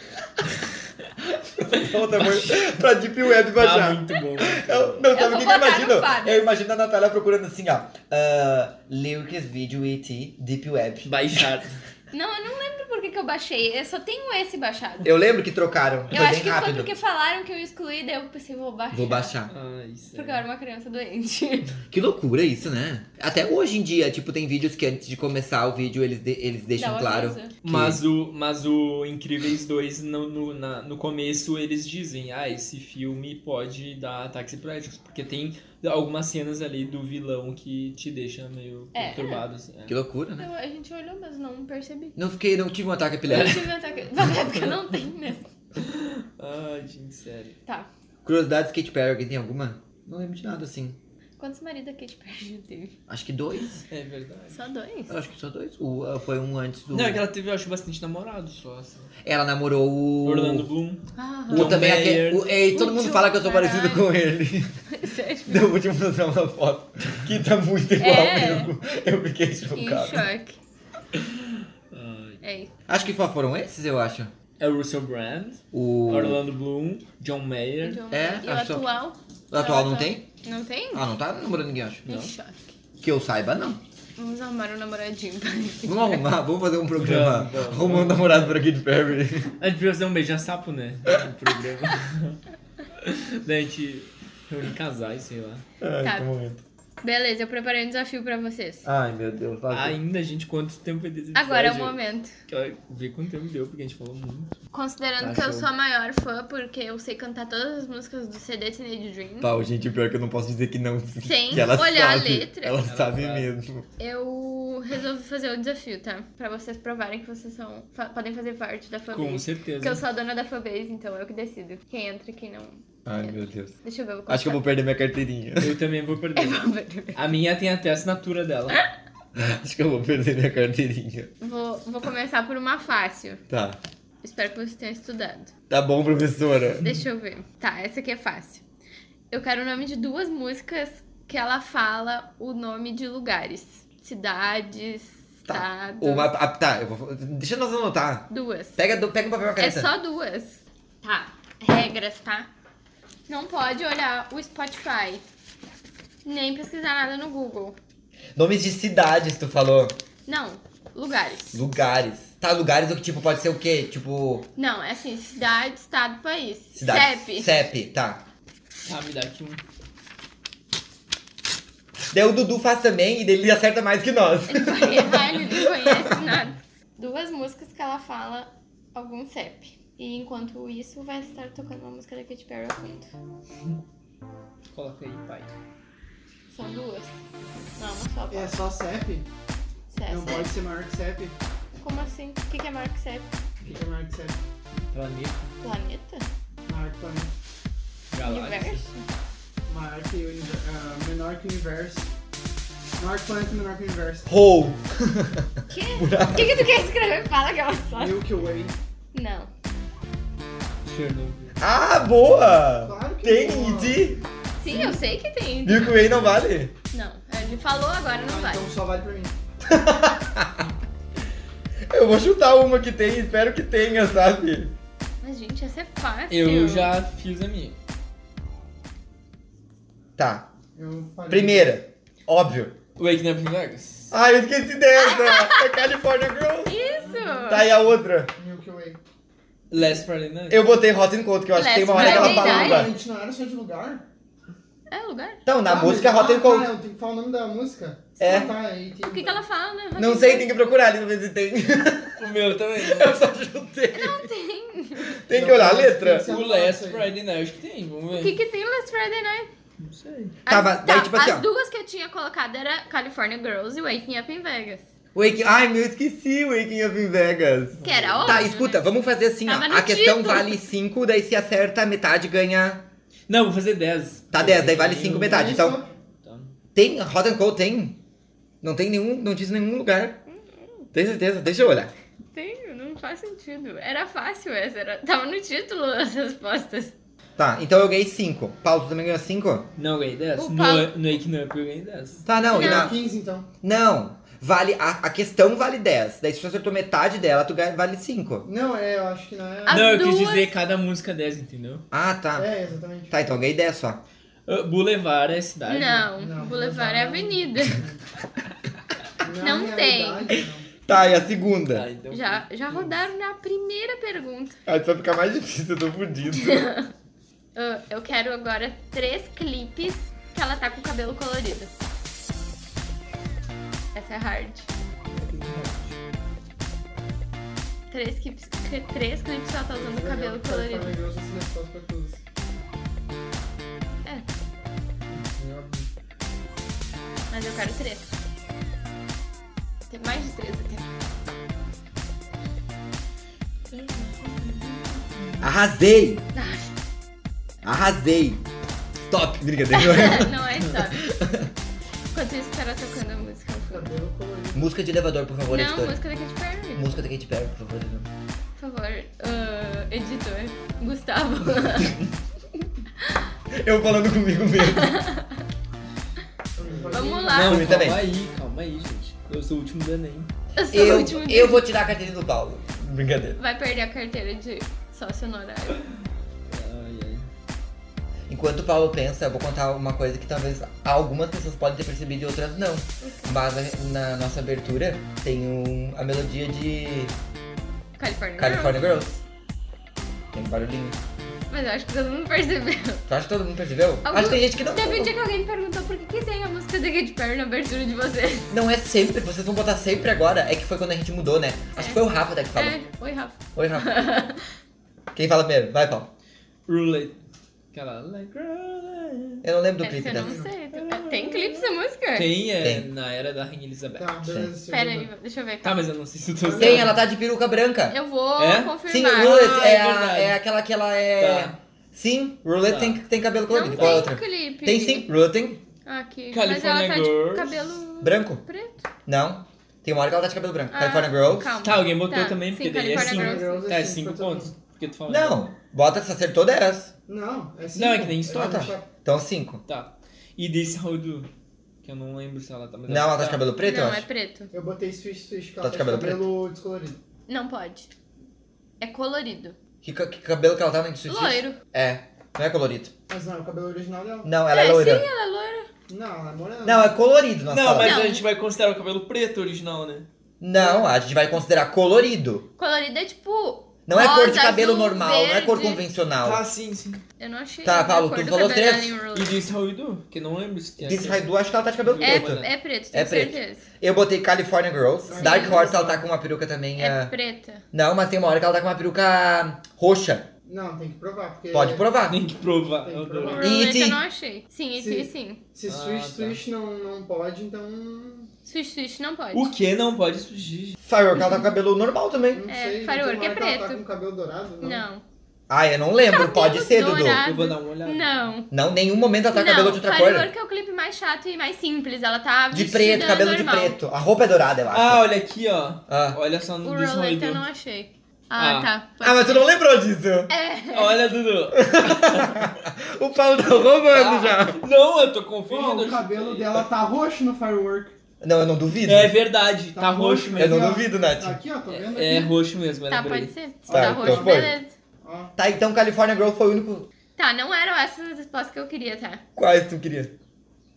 S1: Volta pra- pra Deep Web
S3: Tá
S1: baixar.
S3: muito bom. muito
S1: Eu,
S3: bom.
S1: não,
S2: Eu
S1: sabe o
S2: vou
S1: que, que eu
S2: botar no
S1: imagino?
S2: Fábio.
S1: Eu imagino a Natália procurando assim, ó. ah, lyrics, vídeo, ET, Deep Web.
S3: Baixar.
S2: Não, eu não lembro por que, que eu baixei. Eu só tenho esse baixado.
S1: Eu lembro que trocaram. foi
S2: Eu acho
S1: bem
S2: que foi
S1: rápido.
S2: porque falaram que eu excluí, daí eu pensei, vou baixar.
S1: Vou baixar.
S3: Ah, isso.
S2: Porque eu era uma criança doente.
S1: Que loucura isso, né? Até hoje em dia, tipo, tem vídeos que antes de começar o vídeo eles, de- eles deixam
S2: Dá um
S1: claro.
S2: aviso.
S3: Mas o, mas o Incríveis 2, no, no, na- no começo, eles dizem, ah, esse filme pode dar ataques prédios, porque tem algumas cenas ali do vilão que te deixa meio
S2: É.
S3: perturbado. assim, é.
S1: Que loucura, né?
S2: Eu- Então, a gente olhou, mas não percebi.
S1: Não fiquei, não tive um ataque
S2: Eu
S1: epiléptico.
S2: tive um ataque. Vai, é porque não tem mesmo.
S3: Ai, gente, sério.
S2: Tá.
S1: Curiosidades Kate Perry, alguém tem alguma? Não lembro de nada assim.
S2: Quantos maridos a Kate Perry já teve?
S1: Acho que dois.
S3: É verdade.
S2: Só dois.
S1: Eu acho que só dois. O, ah, foi um antes do.
S3: Não, é que ela teve, eu acho, bastante namorado só, assim.
S1: Ela namorou o.
S3: Orlando Bloom.
S2: Ah,
S1: O
S3: John
S1: também
S3: Mayer.
S1: aquele. O, ei,
S2: O
S1: todo mundo
S2: John,
S1: fala que eu sou parecido
S2: caralho.
S1: com ele.
S2: sério.
S1: Eu vou te mostrar uma foto que tá muito igual
S2: É.
S1: mesmo. Eu fiquei
S2: Em
S1: chocado.
S2: choque.
S3: Ai.
S2: É isso.
S1: Acho que só foram esses, eu acho.
S3: É o Russell Brand,
S1: O.
S3: Orlando Bloom, John Mayer.
S2: Então,
S1: É,
S2: e o
S1: acho-
S2: atual?
S1: O atual não tem?
S2: Não tem?
S1: Ah, não tá namorando ninguém, acho.
S2: Em choque.
S1: Que eu saiba, não.
S2: Vamos arrumar um namoradinho pra ele.
S1: Vamos arrumar, vamos fazer um programa
S3: Vamos, vamos,
S1: arrumando um namorado pra Kid Perry.
S3: A gente precisa fazer um beija-sapo, né? No programa. Daí a gente reúne casais, sei lá.
S1: Ai,
S2: Tá.
S1: que momento.
S2: Beleza, eu preparei um desafio pra vocês.
S1: Ai, meu Deus. Ai.
S3: Ainda, gente, quanto tempo é desse
S1: Ah,
S2: Agora é o
S3: episódio?
S2: momento.
S3: Quero ver quanto tempo deu, porque a gente falou muito.
S2: Considerando
S3: Tá
S2: que eu
S3: show.
S2: sou a maior fã, porque eu sei cantar todas as músicas do CD Teenage Dream,
S1: Pau, gente, pior que eu não posso dizer que não.
S2: Sem
S1: que ela
S2: olhar a
S1: sabe.
S2: letra.
S1: Ela,
S3: Ela
S1: sabe,
S3: sabe.
S1: mesmo.
S2: eu resolvi fazer o desafio, tá? Pra vocês provarem que vocês são, fa- podem fazer parte da
S3: Com
S2: fanbase. Porque eu
S3: certeza.
S2: sou a dona da fanbase, então eu que decido quem entra e quem não.
S1: Ai, meu Deus.
S2: Deixa eu ver, eu vou
S1: Acho que eu vou perder minha carteirinha.
S3: Eu também vou perder.
S2: começar.
S3: A minha tem até a assinatura dela.
S1: Acho que eu vou perder minha carteirinha.
S2: vou, vou começar por uma fácil.
S1: Tá.
S2: Espero que vocês tenham estudado.
S1: Tá bom, professora.
S2: Deixa eu ver. Tá, essa aqui é fácil. Eu quero o nome de duas músicas que ela fala o nome de lugares. Cidades,
S1: Tá.
S2: estados.
S1: Uma, ah, tá, eu vou. Deixa nós anotar.
S2: Duas.
S1: Pega, do- pega um papel e uma
S2: É
S1: caneta.
S2: só duas. Tá. Regras, tá? Não pode olhar o Spotify. Nem pesquisar nada no Google.
S1: Nomes de cidades, tu falou.
S2: Não, lugares.
S1: Lugares. Tá, lugares o que tipo pode ser o quê? Tipo.
S2: Não, é assim, cidade, estado, país.
S1: Cidade.
S2: CEP.
S1: CEP, tá.
S3: Tá, me dá aqui um.
S1: Daí o Dudu faz também e daí ele acerta mais que nós.
S2: Ele vai errar, ele não conhece nada. Duas músicas que ela fala algum CEP. E enquanto isso, vai estar tocando uma música da Katy Perry ao fundo.
S3: Coloca aí, pai.
S2: São duas. Não, uma só.
S4: É só CEP?
S2: CEP.
S4: Não pode ser maior que CEP?
S2: Como assim? O que que é maior que CEP?
S4: O que que é maior que CEP?
S3: Planeta,
S2: Planeta?
S4: Maior que planeta.
S3: galáxia.
S2: Universo?
S4: Maior que o universo. menor que o universo. Maior que planeta, menor que o universo.
S1: Hole.
S2: Que? O que, que tu quer escrever? Fala que ela só.
S4: Milky Way.
S2: Não.
S3: Chernobyl.
S1: Ah, boa!
S4: Claro que
S1: Tem
S4: não.
S1: ID?
S2: Sim, eu sei que tem.
S1: Milky Way não vale?
S2: Não. Ele falou, agora não
S4: Ah,
S2: vai.
S4: Então só vale pra mim.
S1: Eu vou chutar uma que tem, espero que tenha, sabe?
S2: Mas, gente, essa é fácil.
S3: Eu já fiz a minha.
S1: Tá.
S4: Eu falei.
S1: Primeira. Óbvio.
S3: Wake Up in Vegas.
S1: Ai, eu esqueci dessa! É California Girls!
S2: Isso!
S1: Tá, e a outra?
S4: Milky Way.
S3: Last Friday Night.
S1: Eu botei Hot and Cold, que eu acho que tem uma hora que ela
S2: Last
S1: fala.
S2: Friday
S4: Ah, a
S1: lugar.
S4: gente não era só de lugar?
S2: É lugar?
S1: Então, na
S4: Ah,
S1: música
S4: mas-
S1: Hot and
S4: Ah,
S1: Cold.
S4: eu tenho que falar o nome da música?
S1: É.
S4: Ah, tá, aí tem-
S2: O que, que ela fala, né?
S1: Não sei, tem que procurar ali pra ver se tem.
S3: O meu também.
S1: Eu só chutei.
S2: Não tem.
S1: Tem que olhar a letra.
S4: Tem que ser
S3: O
S4: um
S3: Last
S4: aí.
S3: Friday Night, acho que tem, vamos ver.
S2: O que, que tem Last Friday Night?
S3: Não sei.
S1: Tá,
S2: As-
S1: mas daí, tipo assim,
S2: as
S1: ó.
S2: duas que eu tinha colocado era California Girls e Waking Up in Vegas.
S1: Wake... Ai, meu, eu esqueci Waking Up in Vegas.
S2: Que era óbvio.
S1: Tá, escuta,
S2: né?
S1: vamos fazer
S4: Tá,
S1: assim, ó.
S2: Tava no
S1: A questão
S2: título.
S1: vale 5, daí se acerta a metade ganha.
S3: Não, vou fazer 10.
S1: Tá 10, daí vale 5 metade.
S4: Isso.
S1: Então,
S3: Tá.
S1: tem. Hot and Cold tem? Não tem nenhum. Não diz nenhum lugar. Tem certeza? Deixa eu olhar.
S2: Tem, não faz sentido. Era fácil essa, era... tava no título as respostas.
S1: Tá, então eu ganhei 5. Paulo, tu também ganhou 5?
S3: Não, eu ganhei 10.
S2: O
S3: No,
S2: Paulo-
S3: no Wake Up eu ganhei 10.
S1: Tá, não. e
S4: Não,
S1: na-
S4: 15 então.
S1: Não. Vale. A, a questão vale 10. Daí se tu acertou metade dela, tu ganha, vale 5.
S4: Não, é, eu acho que não é.
S2: As
S3: não, eu
S2: duas-
S3: quis dizer cada música 10, entendeu?
S1: Ah, tá.
S4: É, exatamente.
S1: Tá, então eu ganhei 10 só.
S3: Uh, Boulevard é cidade. né?
S2: Não,
S4: Não,
S2: Boulevard é
S4: não.
S2: avenida.
S4: Na
S2: Não tem.
S4: realidade, não.
S1: Tá, e a segunda?
S3: Tá, então.
S2: Já, já rodaram na primeira pergunta.
S1: Aí só fica mais difícil, eu tô fudido.
S2: Ah, eu quero agora três clipes que ela tá com o cabelo colorido. Essa é hard. Três clipes, três clipes que ela tá usando o cabelo colorido. É, mas eu quero três. Tem mais de três até.
S1: Arrasei! Arrasei! Top! Brincadeira.
S2: Não é só. Enquanto isso, cara tocando a música no fundo.
S4: Cabelo colorido.
S1: música de elevador, por favor,
S2: Não,
S1: editor.
S2: música da Katy Perry.
S1: Música da Katy Perry, por favor. editor.
S2: Por favor, ah, editor. Gustavo.
S1: Eu falando comigo mesmo.
S2: Vamos lá.
S3: Não,
S1: mim
S3: calma
S1: também.
S3: aí, calma aí, gente. Eu sou o último do Enem.
S2: Eu sou o
S1: Eu,
S2: último.
S1: eu vou tirar a carteira do Paulo. Brincadeira.
S2: Vai perder a carteira de sócio honorário.
S3: Ai, ai.
S1: Enquanto o Paulo pensa, eu vou contar uma coisa que talvez algumas pessoas podem ter percebido e outras não. Mas a- na nossa abertura tem um- a melodia de
S2: California.
S1: California Girls. Tem um barulhinho.
S2: Girls. Mas eu acho que todo mundo percebeu.
S1: Tu acha que todo mundo percebeu?
S2: Algum-
S1: Acho que tem gente que não.
S2: Teve um dia que alguém me perguntou por que, que tem a música da Katy Perry na abertura de vocês.
S1: Não é sempre, vocês vão botar sempre agora. É que foi quando a gente mudou, né? Acho que foi o Rafa até que falou.
S2: É, oi, Rafa.
S1: Oi, Rafa. Quem fala primeiro? Vai, Paulo.
S3: Roulette. Aquela. like roulette.
S1: Eu não lembro do clipe
S2: Essa eu
S1: dessa.
S2: não sei. É, Tem clipe essa música?
S3: Tem, é,
S1: Tem.
S3: na era da Rainha Elizabeth.
S4: Tá, beleza. segunda.
S2: Pera aí, deixa eu ver.
S3: Tá, mas eu não sei se eu tô
S1: Tem, ela tá de peruca branca.
S2: Eu vou
S3: É?
S1: Sim,
S2: confirmar.
S1: o Roulette
S3: Ah,
S1: é,
S3: é
S1: a-
S3: verdade.
S1: é aquela que ela é.
S3: Tá.
S1: Sim, Roulette
S3: Tá.
S1: tem, tem cabelo
S2: Não
S1: colorido.
S2: tem Hum.
S1: Qual é a outra?
S2: clipe.
S1: Tem sim, Roulette tem.
S2: Aqui. mas ela
S3: California
S2: tá de
S3: Girls.
S2: cabelo
S1: Branco?
S2: preto.
S1: Não. Tem uma hora que ela tá de cabelo branco.
S2: Ah,
S1: California Girls.
S2: Calma.
S3: Tá, alguém botou
S2: Tá,
S3: também,
S2: sim,
S3: porque daí é
S2: California
S3: 5.
S4: Girls.
S3: Tá, é
S4: Girls é
S3: 5
S4: cinco pra todo
S3: pontos. Porque tu falou.
S1: Não. Bota, se acertou 10.
S4: Não, é
S3: Não, é que nem história.
S1: Ah, tá. Então 5.
S3: Tá. E desse Raudu, que eu não lembro se ela tá. Mas
S1: Não, ela tá de cabelo preto, eu
S2: Não, é
S1: acho.
S2: preto.
S4: Eu botei switch, switch,
S1: Tá de cabelo
S4: é descolorido.
S2: Não pode. É colorido.
S1: Que, ca- que cabelo que ela tá no Suicide?
S2: Loiro.
S1: É. Não é colorido.
S4: Mas não, o cabelo original dela.
S1: Não, ela é,
S2: é,
S1: loira.
S2: Sim, ela é loira.
S4: Não, ela é morena.
S1: Não, é colorido, nós
S3: Não,
S1: falamos.
S3: mas
S2: Não.
S3: a gente vai considerar o cabelo preto original, né?
S1: Não, a gente vai considerar colorido.
S2: Colorido é tipo.
S1: Não é cor de
S2: rosa,
S1: cabelo
S2: azul,
S1: normal, não é cor
S2: verde.
S1: convencional.
S3: Ah, sim, sim.
S2: Eu não achei.
S1: Tá,
S2: a
S1: Paulo,
S2: cor
S1: tu
S2: do
S1: falou
S2: cabelo da
S1: três.
S2: Anne Rose.
S3: E desse Raudu, é que eu não lembro se tem.
S1: Diz
S3: aquele-
S1: Raidu, acho que ela tá de cabelo
S3: É,
S1: preto.
S2: É preto,
S1: É
S2: tenho
S1: preto.
S2: certeza.
S1: Eu botei California Girls.
S4: Sim.
S1: Dark Horse, ela tá com uma peruca também.
S2: É
S1: ah,
S2: preta.
S1: Não, mas tem uma hora que ela tá com uma peruca roxa.
S4: Não, tem que provar, porque...
S1: Pode provar.
S3: Tem que provar.
S4: Tem que
S3: eu
S4: provar.
S3: adoro.
S2: Provavelmente
S1: E.T.
S2: Um eu não achei. Sim, E.T.
S4: Sim.
S2: sim.
S4: Se
S3: Ah,
S4: switch,
S3: tá.
S4: switch não, não pode, então... Não
S2: Switch Switch não pode.
S3: O que não pode surgir?
S1: Firework, ela tá com cabelo normal também.
S2: É,
S4: sei.
S2: Firework
S4: tem uma
S2: é
S4: hora que Ela tá
S2: preto.
S4: com cabelo dourado? Não.
S2: Não.
S1: Ah, eu não lembro. Pode
S2: Cabelo
S1: ser, Dudu.
S2: dourado.
S3: Eu vou dar uma olhada.
S2: Não.
S1: Não, nenhum momento ela tá com cabelo de
S2: Não,
S1: outra
S2: Firework
S1: cor.
S2: é o clipe mais chato e mais simples. Ela tá
S1: De
S2: vestida
S1: preto, cabelo
S2: normal.
S1: de preto. A roupa é dourada, eu acho.
S3: Ah, olha aqui, ó.
S1: Ah.
S3: Olha só
S2: O
S3: no Disney
S2: Roleta eu
S3: Raidu.
S2: não achei. Ah,
S3: Ah.
S2: tá. Pode
S1: Ah, mas tu não lembrou disso?
S2: É.
S3: Olha, Dudu. Ah.
S1: O Paulo tá roubando já.
S3: Não, eu tô
S4: Pô,
S3: conferindo.
S4: o cabelo dela tá roxo no Firework.
S1: Não, eu não duvido.
S3: É verdade, tá, roxo
S1: Eu
S3: mesmo.
S1: não
S4: Aqui, ó.
S1: duvido, Nath.
S4: Tá aqui, ó, tô vendo
S3: É
S4: aqui.
S3: roxo mesmo, eu
S2: Tá,
S3: lembrei.
S2: pode ser. Se
S1: Tá,
S2: tá
S1: então
S2: roxo,
S1: foi.
S2: beleza.
S4: Ó,
S1: Tá, então California Girl foi o único.
S2: Tá, não eram essas as respostas que eu queria, tá?
S1: Quais tu queria?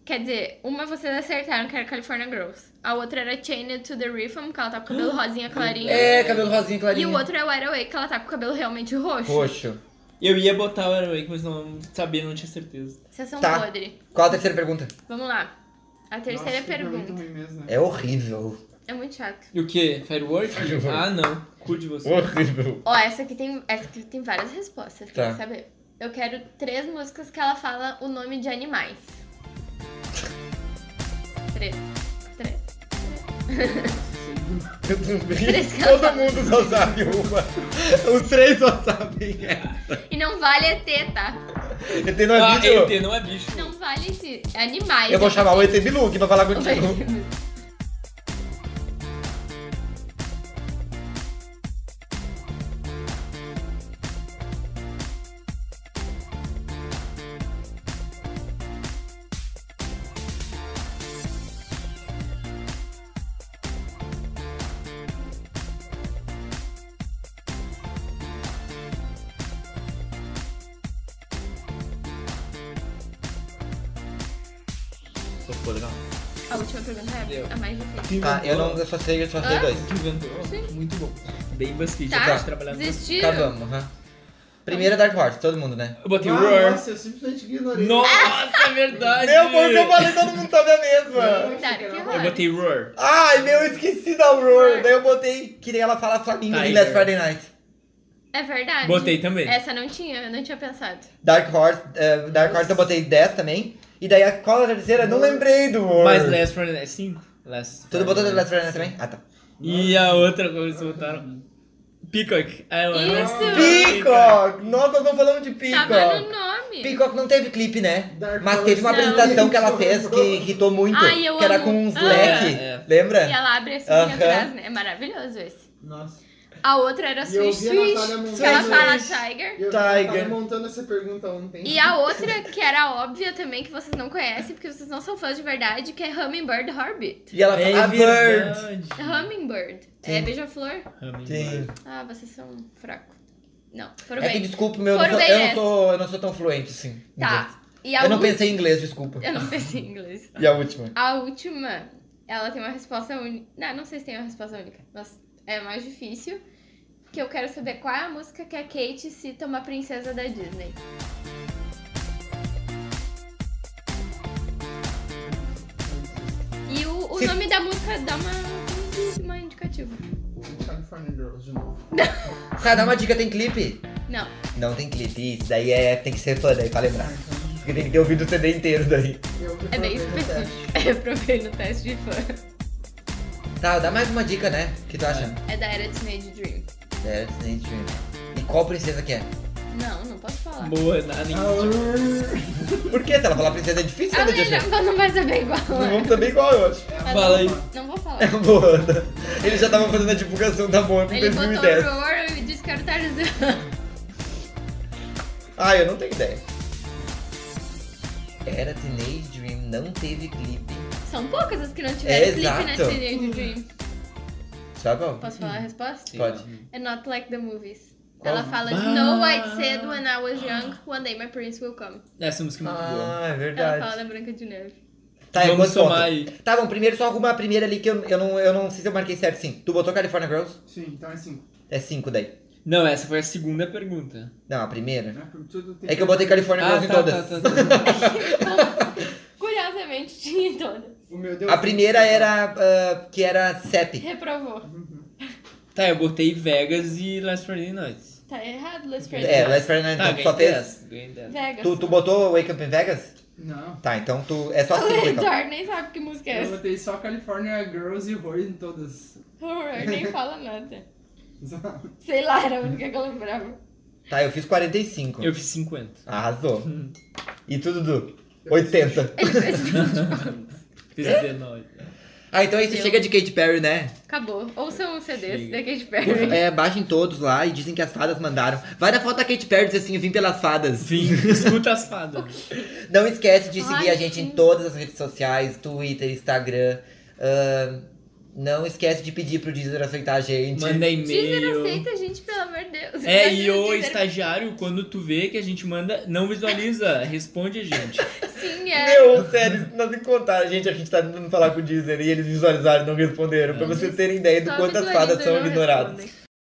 S2: Quer dizer, uma vocês acertaram, que era California Girls. A outra era Chained to the Rhythm, que ela tá com o cabelo rosinha clarinho.
S1: É, cabelo rosinha clarinho.
S2: E o outro é o Wide Awake, que ela tá com o cabelo realmente roxo.
S1: Roxo.
S3: Eu ia botar o Aeroake, mas não sabia, não tinha certeza.
S2: Vocês são
S1: Tá.
S2: podre.
S1: Qual a terceira pergunta?
S2: Vamos lá. A terceira
S4: nossa, fica muito
S2: pergunta.
S4: ruim mesmo, né?
S1: É horrível.
S2: É muito chato.
S3: E o que? Firework?
S1: Firework.
S3: Ah, não. Cu de você.
S1: Horrível.
S2: Ó, essa aqui tem, essa aqui tem várias respostas,
S1: Tá.
S2: quer saber? Eu quero três músicas que ela fala o nome de animais. Três. Três.
S1: Eu também.
S2: Três caras.
S1: Todo mundo só sabe uma. Os três só sabem essa.
S2: E não vale ET, tá?
S1: Eu tenho
S3: Ah,
S1: um vídeo.
S3: ET não é bicho.
S2: Não vale ET. É animais.
S1: Eu vou chamar o ET Bilu aqui pra falar
S2: Vai ser
S1: contigo.
S2: muito- A última pergunta é
S3: Eu.
S2: a mais difícil.
S3: Que
S1: Tá, eu
S3: inventou?
S1: não eu só sei, eu só sei
S2: Hã?
S1: dois.
S3: Que inventou?
S2: Sim.
S3: Muito bom. Bem BuzzFeed,
S2: Tá.
S3: eu gosto de trabalhar no
S2: Desistiram?
S1: Acabamos, Tá aham. Primeira Dark Horse, todo mundo, né?
S3: Eu botei
S4: Ah,
S3: Roar.
S4: Nossa, eu simplesmente ignorei.
S3: Nossa, é verdade.
S1: Meu, foi o que eu falei, todo mundo sabe a mesma.
S2: Dark
S3: Eu botei Roar.
S1: Ai, meu, eu esqueci da Aurora. Daí eu botei que daí ela fala Flamingo em
S3: Tiger.
S1: Last Friday Night.
S2: É verdade.
S3: Botei também.
S2: Essa não tinha, eu não tinha pensado.
S1: Dark Horse, eh, Dark Horse eu botei 10 também. E daí a qual era a terceira? Não lembrei do Aurora.
S3: Mas Last Friday Night, 5. Last
S1: Tudo
S3: Friday
S1: botou
S3: Night.
S1: Last Friday Night também? Ah, tá.
S3: E a outra coisa que eles botaram. Peacock. Ah, eu amo.
S2: Isso!
S1: Peacock! Nossa, nós não falamos de
S2: Tava
S1: Peacock.
S2: no nome.
S1: Peacock não teve clipe, né?
S4: Dark
S1: Mas teve uma
S2: Horse.
S1: apresentação
S4: Não.
S1: que ela fez que irritou muito.
S2: Ai, eu
S1: que era
S2: amo.
S1: com uns
S2: Ah.
S1: leque.
S3: É.
S1: Lembra?
S2: E ela abre assim
S1: Aham.
S2: atrás, né? É maravilhoso esse.
S4: Nossa.
S2: A outra era
S4: E eu
S2: Swish
S4: vi a Natália
S2: Swish, que ela
S1: Montanha.
S2: fala
S1: Swish.
S2: Tiger.
S4: E Eu tava
S1: Tiger.
S4: montando essa pergunta um ontem.
S2: E a outra, que era óbvia também, que vocês não conhecem, porque vocês não são fãs de verdade, que é Hummingbird Orbit.
S1: E ela
S3: É
S1: fala, "Ah, a Bird.
S3: verdade.
S2: Hummingbird. É beija-flor?
S1: Sim.
S2: Ah, vocês são fracos. Não, foram
S1: É que
S2: bem.
S1: desculpa, meu, eu não,
S2: Foram
S1: sou,
S2: bem
S1: eu, não
S2: nessa.
S1: sou, eu não sou tão fluente assim. em inglês.
S2: Tá. E a
S1: Eu não
S2: última-
S1: pensei em inglês, desculpa.
S2: Eu não pensei em inglês.
S1: E a última?
S2: A última, ela tem uma resposta única. Não, não sei se tem uma resposta única, mas é mais difícil. Que eu quero saber qual é a música que a Kate cita uma princesa da Disney. E o, o
S1: Se-
S2: nome da música dá uma, uma indicativa.
S4: California Girls de novo.
S1: Tá, dá uma dica, tem clipe?
S2: Não.
S1: Não tem clipe, isso daí é, tem que ser fã daí pra lembrar. Porque tem que ter ouvido o CD inteiro daí.
S4: Ah, então Eu
S2: É bem
S4: reprovei no teste.
S2: específico. Eu provei é no teste de fã.
S1: Tá, dá mais uma dica, né? O que tu acha?
S2: É da era Teenage Dream.
S1: É, Resident Evil. E qual princesa que é?
S2: Não, não posso falar.
S3: Boa, nada.
S4: Ah,
S1: Por quê? Se ela falar princesa é difícil,
S2: Ela
S1: né,
S2: já
S1: Jojo?
S2: Ah, não vai saber igual.
S1: Não
S2: né?
S1: vamos também igual eu acho.
S4: é.
S3: Fala aí.
S2: Não vou falar.
S1: É uma boa. né? Eles já estavam fazendo a divulgação da Mônica em
S2: Ele botou
S1: 2010.
S2: o Roar e disse que era o Tarzan.
S1: Ah, eu não tenho ideia. Era Teenage Dream, não teve clipe.
S2: São poucas as que não tiveram
S1: É,
S2: clipe na
S1: exato.
S2: Teenage Dream.
S1: Sabe? ó?
S2: Posso falar a resposta?
S1: Pode.
S2: É not like the movies.
S1: Qual?
S2: Ela fala
S3: Ah.
S2: Snow White said when I was young, one day my prince will come.
S3: Essa música é muito boa.
S1: Ah, é
S2: Ela fala
S1: verdade.
S2: da Branca de Neve.
S1: Tá, é
S3: Vamos
S1: quantos
S3: somar
S1: pontos?
S3: aí.
S1: Tá bom, primeiro só arruma a primeira ali que eu, eu, não, eu não sei se eu marquei certo, sim. Tu botou California Girls?
S4: Sim, então é assim.
S1: É 5 daí.
S3: Não, essa foi a segunda pergunta.
S1: Não, a primeira.
S4: né, por tudo tem-
S1: É que eu botei California
S3: Ah,
S1: Girls em
S3: tá,
S1: todas.
S3: tá, tá, tá, tá.
S2: Curiosamente, tinha em todas.
S4: O meu
S3: tá.
S4: deu
S1: A primeira era ah, que era CEP.
S2: Reprovou.
S4: Uhum.
S3: Tá, eu botei Vegas e Last Friday Night.
S2: Tá errado, Let's Friday.
S1: É, Last Friday Night,
S3: Tá,
S1: então tu
S3: ganhei
S1: só fez.
S3: 10. Ganhei 10.
S2: Vegas.
S1: Tu, tu botou Wake Up in Vegas?
S4: Não.
S1: Tá, então tu. É só
S2: O
S1: 5 então.
S2: Thor nem sabe que música é
S4: Eu
S2: essa.
S4: botei só California Girls e Roar em todas.
S2: O Roar nem fala nada. Sei lá, era a única que eu lembrava.
S1: Tá, eu fiz 45.
S3: Eu fiz 50.
S1: Arrasou.
S3: Hum.
S1: E tu, Dudu? 80.
S2: Ele fez 20
S3: Fiz 19.
S1: Ah, então isso
S2: Eu.
S1: chega de Katy Perry, né?
S2: Acabou. Ouçam os CDs
S3: Chega.
S2: da Katy Perry.
S1: É, baixem todos lá e dizem que as fadas mandaram. Vai na foto da Katy Perry e diz assim, eu vim pelas fadas.
S3: Vim, escuta as fadas.
S1: Não esquece de seguir
S2: Ai,
S1: a gente em
S2: sim.
S1: todas as redes sociais, Twitter, Instagram. Ahn, não esquece de pedir pro Deezer aceitar a gente.
S3: Manda
S2: Deezer
S3: e-mail.
S2: aceita a gente, pelo amor de Deus.
S3: É,
S2: Imagina
S3: e o
S2: Deezer.
S3: estagiário, quando tu vê que a gente manda, não visualiza, responde a gente.
S2: Sim, é.
S1: Meu, sério, nós encontramos a gente, a gente tá tentando falar com o Deezer e eles visualizaram e não responderam. Pra vocês terem ideia do
S2: Só
S1: quantas
S2: visualiza,
S1: fadas são
S2: não
S1: ignoradas.
S2: respondem.